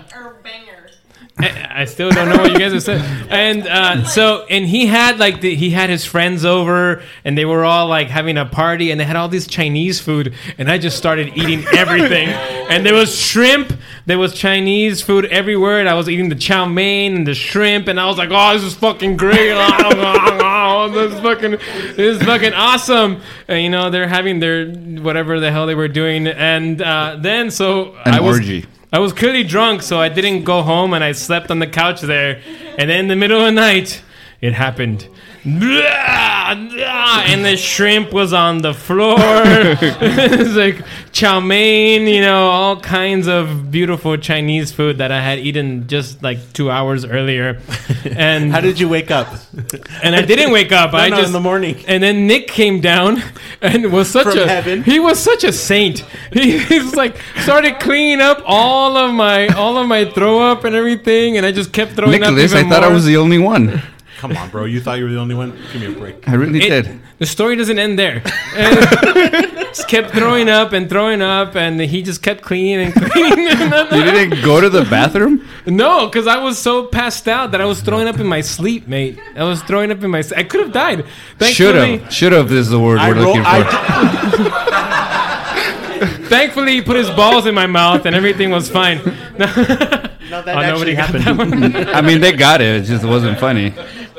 [SPEAKER 5] I, I still don't know what you guys have said. And uh, so, and he had like the, he had his friends over, and they were all like having a party, and they had all this Chinese food, and I just started eating everything. and there was shrimp, there was Chinese food everywhere, and I was eating the chow mein and the shrimp, and I was like, oh, this is fucking great. oh, this is fucking this is fucking awesome. And you know, they're having their whatever the hell they were doing, and uh, then so
[SPEAKER 6] An
[SPEAKER 5] I was.
[SPEAKER 6] orgy.
[SPEAKER 5] I was clearly drunk, so I didn't go home and I slept on the couch there. And then in the middle of the night, it happened. And the shrimp was on the floor. it's like chow mein, you know, all kinds of beautiful Chinese food that I had eaten just like two hours earlier. And how
[SPEAKER 7] did you wake up?
[SPEAKER 5] And I didn't wake up.
[SPEAKER 7] No,
[SPEAKER 5] I
[SPEAKER 7] no,
[SPEAKER 5] just
[SPEAKER 7] in the morning.
[SPEAKER 5] And then Nick came down and was such
[SPEAKER 7] From
[SPEAKER 5] a
[SPEAKER 7] heaven.
[SPEAKER 5] he was such a saint. He, he's like started cleaning up all of my all of my throw up and everything, and I just kept throwing up.
[SPEAKER 6] Nicholas, I
[SPEAKER 5] even
[SPEAKER 6] thought I
[SPEAKER 5] more.
[SPEAKER 6] was the only one.
[SPEAKER 7] Come on, bro. You thought you were the only one. Give me a break.
[SPEAKER 6] I really
[SPEAKER 5] It-
[SPEAKER 6] did.
[SPEAKER 5] The story doesn't end there. And just kept throwing up and throwing up, and he just kept cleaning and cleaning.
[SPEAKER 6] You didn't go to the bathroom.
[SPEAKER 5] No, because I was so passed out that I was throwing up in my sleep, mate. I was throwing up in my. s- I could have died.
[SPEAKER 6] Should
[SPEAKER 5] Thankfully,
[SPEAKER 6] have. Should have is the word
[SPEAKER 5] I
[SPEAKER 6] we're
[SPEAKER 5] roll-
[SPEAKER 6] looking for.
[SPEAKER 5] thankfully he put his balls in my mouth, and everything was fine. No,
[SPEAKER 7] actually
[SPEAKER 5] nobody got
[SPEAKER 7] happened.
[SPEAKER 5] that one.
[SPEAKER 6] I mean, they got it. It just wasn't funny.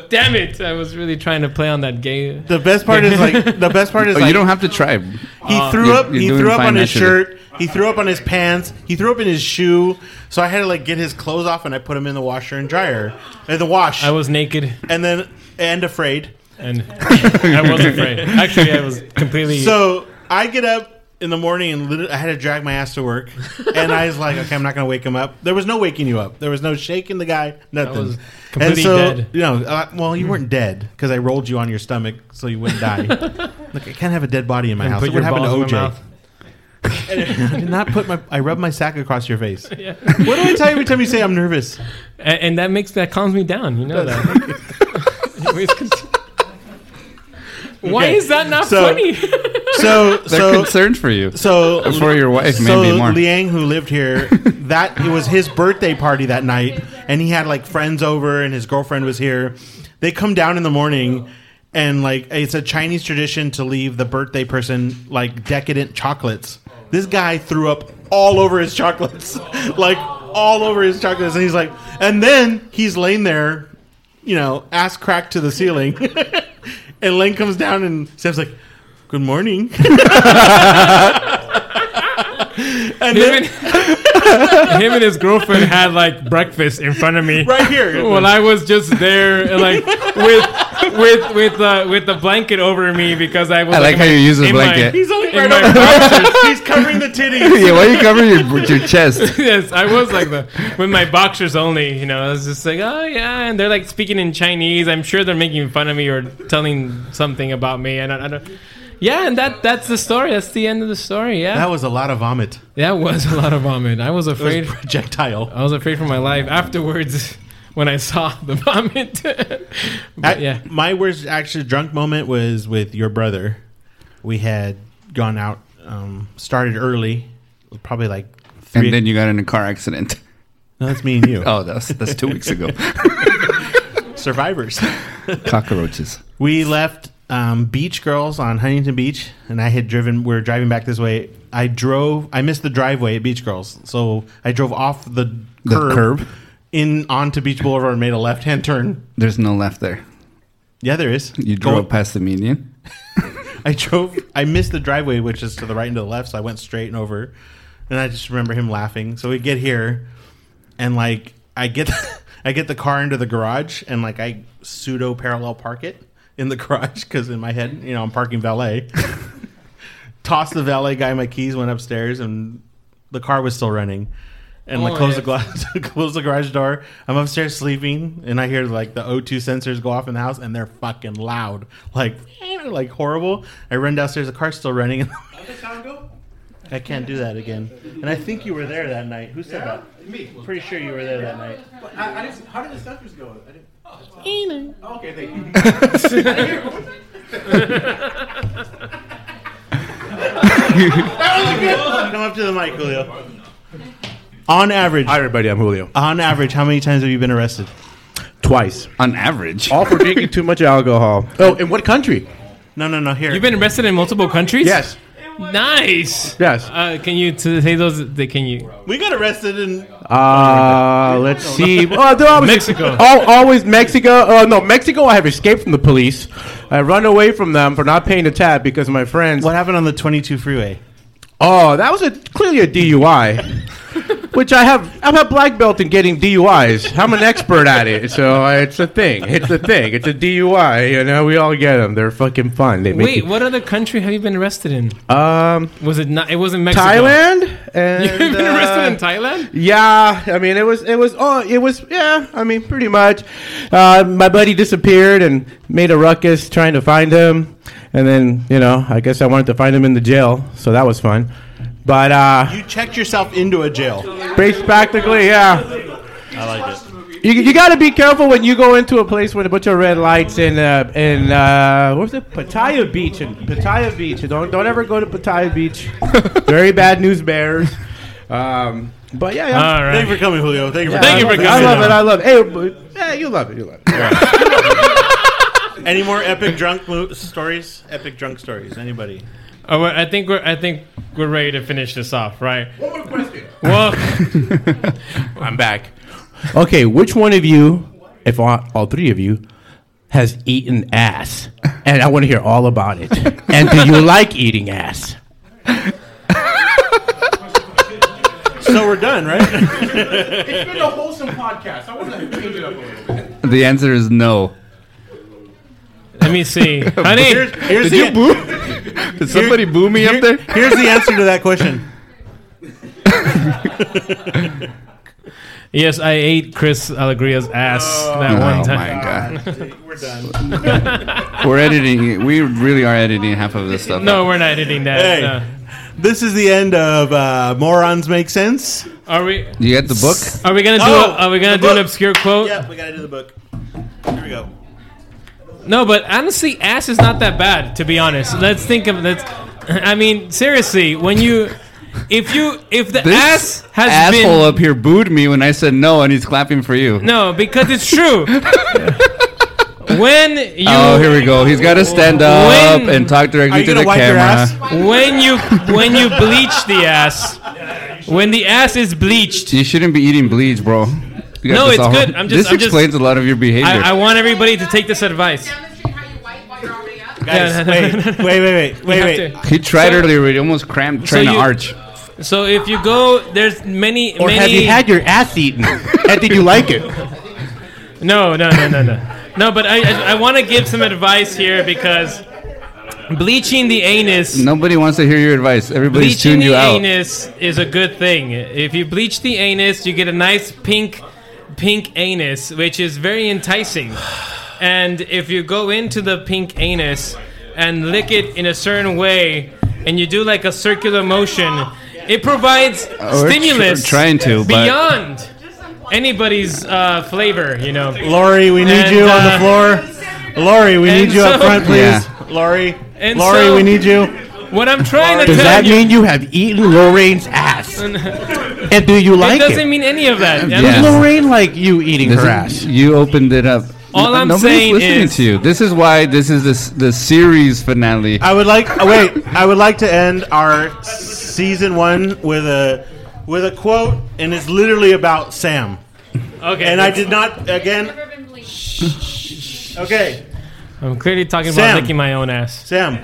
[SPEAKER 5] Damn it! I was really trying to play on that gay.
[SPEAKER 7] The best part is like the best part is
[SPEAKER 6] Oh,
[SPEAKER 7] like,
[SPEAKER 6] you don't have to try. He
[SPEAKER 5] Uh,
[SPEAKER 7] He threw up. He threw up on his shirt. He threw up on his pants. He threw up in his shoe. So I had to like get his clothes off, and I put him in the washer and dryer, in the wash. I
[SPEAKER 5] was naked,
[SPEAKER 7] and then and afraid,
[SPEAKER 5] and I was afraid. Actually, I was completely-
[SPEAKER 7] So I get up in the morning and lit- I had to drag my ass to work, and I was like, okay, I'm not going to wake him up. There was no waking you up. There was no shaking the guy. Nothing.
[SPEAKER 5] was completely
[SPEAKER 7] and so,
[SPEAKER 5] dead.
[SPEAKER 7] You know, uh, well, you weren't dead because I rolled you on your stomach so you wouldn't die. Look, I can't have a dead body in my
[SPEAKER 14] And
[SPEAKER 7] house.
[SPEAKER 14] put
[SPEAKER 7] Look what
[SPEAKER 14] your
[SPEAKER 7] happened
[SPEAKER 14] balls in my
[SPEAKER 7] to OJ? I did not put my. I rubbed my sack across your face.
[SPEAKER 5] Yeah.
[SPEAKER 7] What do I tell you every time you say I'm nervous?
[SPEAKER 5] And, and that makes that calms me down. You know that. Anyways, continue. Why
[SPEAKER 7] Okay.
[SPEAKER 5] is that not
[SPEAKER 7] So-
[SPEAKER 5] funny?
[SPEAKER 7] So,
[SPEAKER 6] They're
[SPEAKER 7] so
[SPEAKER 6] concerned for you.
[SPEAKER 7] So
[SPEAKER 6] For your wife,
[SPEAKER 7] so
[SPEAKER 6] maybe more.
[SPEAKER 7] Liang, who lived here, that it was his birthday party that night, and he had like friends over, and his girlfriend was here. They come down in the morning, and like it's a Chinese tradition to leave the birthday person like decadent chocolates. This guy threw up all over his chocolates, like all over his chocolates, and he's like, and then he's laying there, you know, ass cracked to the ceiling. And Len comes down and Sam's like, Good morning. and
[SPEAKER 5] him, and, him and his girlfriend had like breakfast in front of me
[SPEAKER 7] right here.
[SPEAKER 5] Well, I was just there, like with with with uh, with the blanket over me because I was.
[SPEAKER 6] I like
[SPEAKER 5] in
[SPEAKER 6] how
[SPEAKER 5] my-
[SPEAKER 6] you use the
[SPEAKER 5] in my-
[SPEAKER 6] blanket. He's
[SPEAKER 7] only
[SPEAKER 5] in
[SPEAKER 7] right
[SPEAKER 5] my
[SPEAKER 7] over
[SPEAKER 5] boxers.
[SPEAKER 7] He's covering the titties.
[SPEAKER 6] yeah, why you cover your your chest?
[SPEAKER 5] yes, I was like the with my boxers only. You know, I was just like, oh yeah, and they're like speaking in Chinese. I'm sure they're making fun of me or telling something about me, and I, I don't. Yeah, and that that's the story. That's the end of the story. Yeah,
[SPEAKER 7] That was a lot of vomit.
[SPEAKER 5] That was a lot of vomit. I was afraid
[SPEAKER 7] projectile.
[SPEAKER 5] I was afraid for my life. Afterwards, when I saw the vomit,
[SPEAKER 7] At- My worst actually drunk moment was with your brother. We had gone out, um, started early, probably like three.
[SPEAKER 6] And then you got in a car accident.
[SPEAKER 7] No, that's me and you.
[SPEAKER 6] oh, that's that's two weeks ago.
[SPEAKER 7] Survivors.
[SPEAKER 6] Cockroaches.
[SPEAKER 7] We left um, Beach Girls on Huntington Beach, and I had driven. We were driving back this way. I drove. I missed the driveway at Beach Girls, so I drove off the
[SPEAKER 6] The
[SPEAKER 7] curb,
[SPEAKER 6] curb?
[SPEAKER 7] in onto Beach Boulevard and made a left hand turn.
[SPEAKER 6] There's no left there.
[SPEAKER 7] Yeah, there is.
[SPEAKER 6] You
[SPEAKER 7] Go-
[SPEAKER 6] drove past the median.
[SPEAKER 7] I drove. I missed the driveway, which is to the right and to the left. So I went straight and over, and I just remember him laughing. So we get here, and like I get, I get the car into the garage, and like I pseudo parallel park it in the garage because in my head, you know, I'm parking valet. Toss the valet guy my keys, went upstairs, and the car was still running. And like
[SPEAKER 5] Oh,
[SPEAKER 7] close
[SPEAKER 5] yeah.
[SPEAKER 7] the glass, close the garage door. I'm upstairs sleeping, and I hear like the O2 sensors go off in the house, and they're fucking loud, like like horrible. I run downstairs, the car's still running. and I can't do that again. And I think you were there that night. Who said that? Me. Pretty sure you were there that night.
[SPEAKER 11] But I, I didn't, how did the suckers go? I didn't, Oh, okay, thank you.
[SPEAKER 7] Come up to the mic, Julio. On average. Hi,
[SPEAKER 14] everybody. I'm Julio.
[SPEAKER 7] On average, how many times have you been arrested?
[SPEAKER 14] Twice.
[SPEAKER 6] On average.
[SPEAKER 14] All for drinking too much alcohol. Oh, in what country?
[SPEAKER 7] No, no, no. Here.
[SPEAKER 5] You've been arrested in multiple countries.
[SPEAKER 14] Yes.
[SPEAKER 5] Nice.
[SPEAKER 14] Yes.
[SPEAKER 5] Uh, can you to say those? they- Can you?
[SPEAKER 7] We got arrested in
[SPEAKER 14] Uh, let's see. Oh, they're always,
[SPEAKER 5] Mexico.
[SPEAKER 14] Al always Mexico. Oh no, Mexico. I have escaped from the police. I run away from them for not paying the tab because my friends. What
[SPEAKER 7] happened on the 22 freeway?
[SPEAKER 14] Oh, that was a clearly a DUI, which I have. I'm a black belt in getting DUIs. I'm an expert at it, so I, it's a thing. It's a thing. It's a DUI. You know, we all get them. They're fucking fun. They make
[SPEAKER 5] Wait,
[SPEAKER 14] you-
[SPEAKER 5] what other country have you been arrested in?
[SPEAKER 14] um,
[SPEAKER 5] Was it not? It wasn't Mexico.
[SPEAKER 14] Thailand and
[SPEAKER 5] You've been
[SPEAKER 14] uh,
[SPEAKER 5] arrested in Thailand.
[SPEAKER 14] Yeah, I mean it was it was oh it was yeah I mean pretty much. Uh, my buddy disappeared and made a ruckus trying to find him, and then you know I guess I wanted to find him in the jail, so that was fun. But uh,
[SPEAKER 7] You checked yourself into a jail.
[SPEAKER 14] bas- practically yeah,
[SPEAKER 7] I like it.
[SPEAKER 14] you, you got to be careful when you go into a place with a bunch of red lights in uh, in uh, what was it Pattaya Beach and Pattaya Beach. Don't don't ever go to Pattaya Beach. Very bad news bears. Um, but yeah, yeah.
[SPEAKER 5] All right.
[SPEAKER 7] Thank you for coming, Julio. Thank you for
[SPEAKER 14] I
[SPEAKER 7] coming.
[SPEAKER 14] love it, I love it. I love it. Hey, but- yeah, you love it. You love it.
[SPEAKER 7] Any more epic drunk mo- stories? Epic drunk stories. Anybody?
[SPEAKER 5] Oh, well, I think we're. I think we're ready to finish this off, right? One more question. Well,
[SPEAKER 14] I'm back. Okay, which one of you, if all, all three of you, has eaten ass? And I want to hear all about it. And do you like eating ass?
[SPEAKER 7] So we're done, right?
[SPEAKER 11] it's been a wholesome podcast. I want to change it up a little bit.
[SPEAKER 6] The answer is no.
[SPEAKER 5] let me see, honey.
[SPEAKER 7] Here's- here's
[SPEAKER 6] Did
[SPEAKER 7] the-
[SPEAKER 6] you boo? Did somebody boo me
[SPEAKER 7] Here-
[SPEAKER 6] up there?
[SPEAKER 7] Here's the answer to that question.
[SPEAKER 5] Yes, I ate Chris Alegria's ass that
[SPEAKER 6] Oh,
[SPEAKER 5] one
[SPEAKER 6] my
[SPEAKER 5] time.
[SPEAKER 6] God.
[SPEAKER 5] Ah, We're done.
[SPEAKER 6] We're editing. We really are editing half of this stuff.
[SPEAKER 5] No, we're not editing that.
[SPEAKER 7] Hey.
[SPEAKER 5] no.
[SPEAKER 7] This is the end of uh, Morons Make Sense.
[SPEAKER 5] Are we?
[SPEAKER 6] You got the book?
[SPEAKER 5] Are we gonna do?
[SPEAKER 7] Oh,
[SPEAKER 5] a, are we gonna
[SPEAKER 7] the
[SPEAKER 5] do an
[SPEAKER 7] book.
[SPEAKER 5] obscure
[SPEAKER 6] Oh.
[SPEAKER 5] quote?
[SPEAKER 7] Yeah, we gotta do the book. Here we go.
[SPEAKER 5] No, but honestly, ass is not that bad. To be honest, let's think of let's. I mean, seriously, when you, if you, if the ass has
[SPEAKER 6] asshole
[SPEAKER 5] been
[SPEAKER 6] up here booed me when I said no, and he's clapping for you.
[SPEAKER 5] no, because it's true. when you
[SPEAKER 6] oh, here we go. He's got to stand up
[SPEAKER 5] When-
[SPEAKER 6] and talk directly to the camera.
[SPEAKER 5] When you when you bleach the ass, when the ass is bleached.
[SPEAKER 6] You shouldn't be eating bleach, bro. You got
[SPEAKER 5] No,
[SPEAKER 6] this
[SPEAKER 5] it's
[SPEAKER 6] all-
[SPEAKER 5] good. I'm just-
[SPEAKER 6] this
[SPEAKER 5] I'm just-
[SPEAKER 6] explains a lot of your behavior.
[SPEAKER 5] I, I want everybody to take this advice.
[SPEAKER 7] Guys,
[SPEAKER 5] Yeah, no,
[SPEAKER 7] wait,
[SPEAKER 5] no, no,
[SPEAKER 7] wait,
[SPEAKER 5] no.
[SPEAKER 7] wait, wait,
[SPEAKER 5] You
[SPEAKER 7] wait,
[SPEAKER 5] have
[SPEAKER 7] wait.
[SPEAKER 6] he tried earlier, but he almost crammed
[SPEAKER 5] So
[SPEAKER 6] trying to
[SPEAKER 5] you-
[SPEAKER 6] arch.
[SPEAKER 5] So if you go, there's many
[SPEAKER 14] Or
[SPEAKER 5] many.
[SPEAKER 14] have you had your ass eaten? and did you like it?
[SPEAKER 5] No, no, no, no, no. No, but I I, I want to give some advice here because bleaching the anus
[SPEAKER 6] Nobody wants to hear your advice. Everybody's
[SPEAKER 5] bleaching
[SPEAKER 6] tuned you
[SPEAKER 5] the
[SPEAKER 6] out.
[SPEAKER 5] anus is a good thing. If you bleach the anus, you get a nice pink, pink anus, which is very enticing. And if you go into the pink anus and lick it in a certain way, and you do like a circular motion, it provides
[SPEAKER 6] Oh, we're tr-
[SPEAKER 5] stimulus.
[SPEAKER 6] trying to, but-
[SPEAKER 5] beyond anybody's uh, flavor, you know. uh,
[SPEAKER 7] Lori, we need you on the floor. Lori, we need
[SPEAKER 5] and
[SPEAKER 7] you up
[SPEAKER 5] so-
[SPEAKER 7] front, please.
[SPEAKER 5] Yeah.
[SPEAKER 7] Lori,
[SPEAKER 5] And
[SPEAKER 7] Lori,
[SPEAKER 5] so-
[SPEAKER 7] we need you.
[SPEAKER 5] What I'm trying to
[SPEAKER 14] Does
[SPEAKER 5] tell
[SPEAKER 14] that
[SPEAKER 5] you.
[SPEAKER 14] mean you have eaten Lorraine's ass? And do you like
[SPEAKER 5] doesn't mean any of that.
[SPEAKER 6] Yeah.
[SPEAKER 14] Does Lorraine like you eating
[SPEAKER 6] This
[SPEAKER 14] her
[SPEAKER 6] is-
[SPEAKER 14] ass?
[SPEAKER 6] You opened it up.
[SPEAKER 5] All I'm
[SPEAKER 6] Nobody's
[SPEAKER 5] saying
[SPEAKER 6] listening
[SPEAKER 5] is-
[SPEAKER 6] to you. This is why this is this the series finale.
[SPEAKER 7] I would like. oh, wait, I would like to end our season one with a with a quote, and it's literally about Sam.
[SPEAKER 5] Okay.
[SPEAKER 7] And I did not again. Okay.
[SPEAKER 5] I'm clearly talking
[SPEAKER 7] Sam.
[SPEAKER 5] about licking my own ass.
[SPEAKER 7] Sam,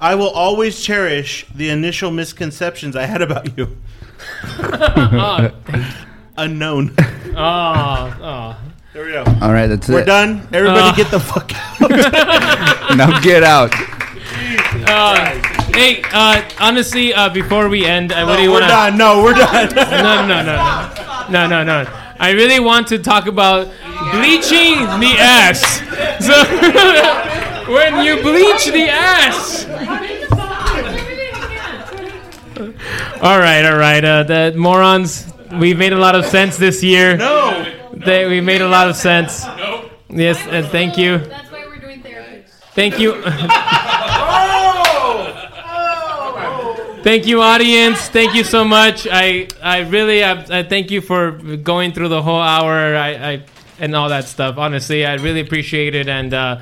[SPEAKER 7] I will always cherish the initial misconceptions I had about you.
[SPEAKER 5] Oh,
[SPEAKER 7] Unknown.
[SPEAKER 5] oh, oh.
[SPEAKER 7] There we go.
[SPEAKER 6] All right, that's
[SPEAKER 7] We're
[SPEAKER 6] it.
[SPEAKER 7] done. Everybody,
[SPEAKER 5] Uh.
[SPEAKER 7] get the fuck out.
[SPEAKER 6] now get out.
[SPEAKER 5] Uh, hey, uh, honestly, uh, before we end, I really
[SPEAKER 7] we're
[SPEAKER 5] want
[SPEAKER 7] done. No, we're done.
[SPEAKER 5] no, no, no, no, no, no, no. I really want to talk about bleaching the ass. So when you bleach the ass. All right, all right. Uh, the morons. We've made a lot of sense this year.
[SPEAKER 7] No.
[SPEAKER 5] They, we made a lot of sense. No. Yes, and thank you. That's why we're doing therapy. Thank you.
[SPEAKER 7] Oh!
[SPEAKER 5] Thank you, audience. Thank you so much. I I really I, I thank you for going through the whole hour. I, I and all that stuff. Honestly, I really appreciate it and. Uh,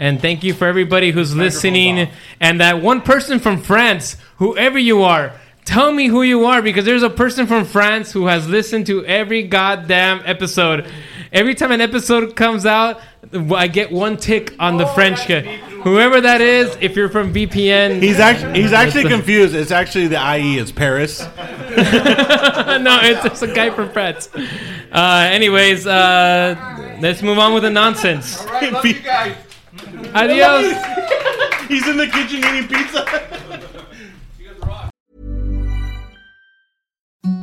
[SPEAKER 5] and thank you for everybody who's listening, and that one person from France, whoever you are, tell me who you are because there's a person from France who has listened to every goddamn episode. Every time an episode comes out, I get one tick on the French guy. Whoever that is, if you're from VPN,
[SPEAKER 7] He's actually he's actually confused. It's actually the IE is Paris.
[SPEAKER 5] no, it's just a guy from France. Uh, anyways, uh, let's move on with the nonsense.
[SPEAKER 12] love you guys.
[SPEAKER 5] Adios.
[SPEAKER 7] he's in the kitchen eating pizza.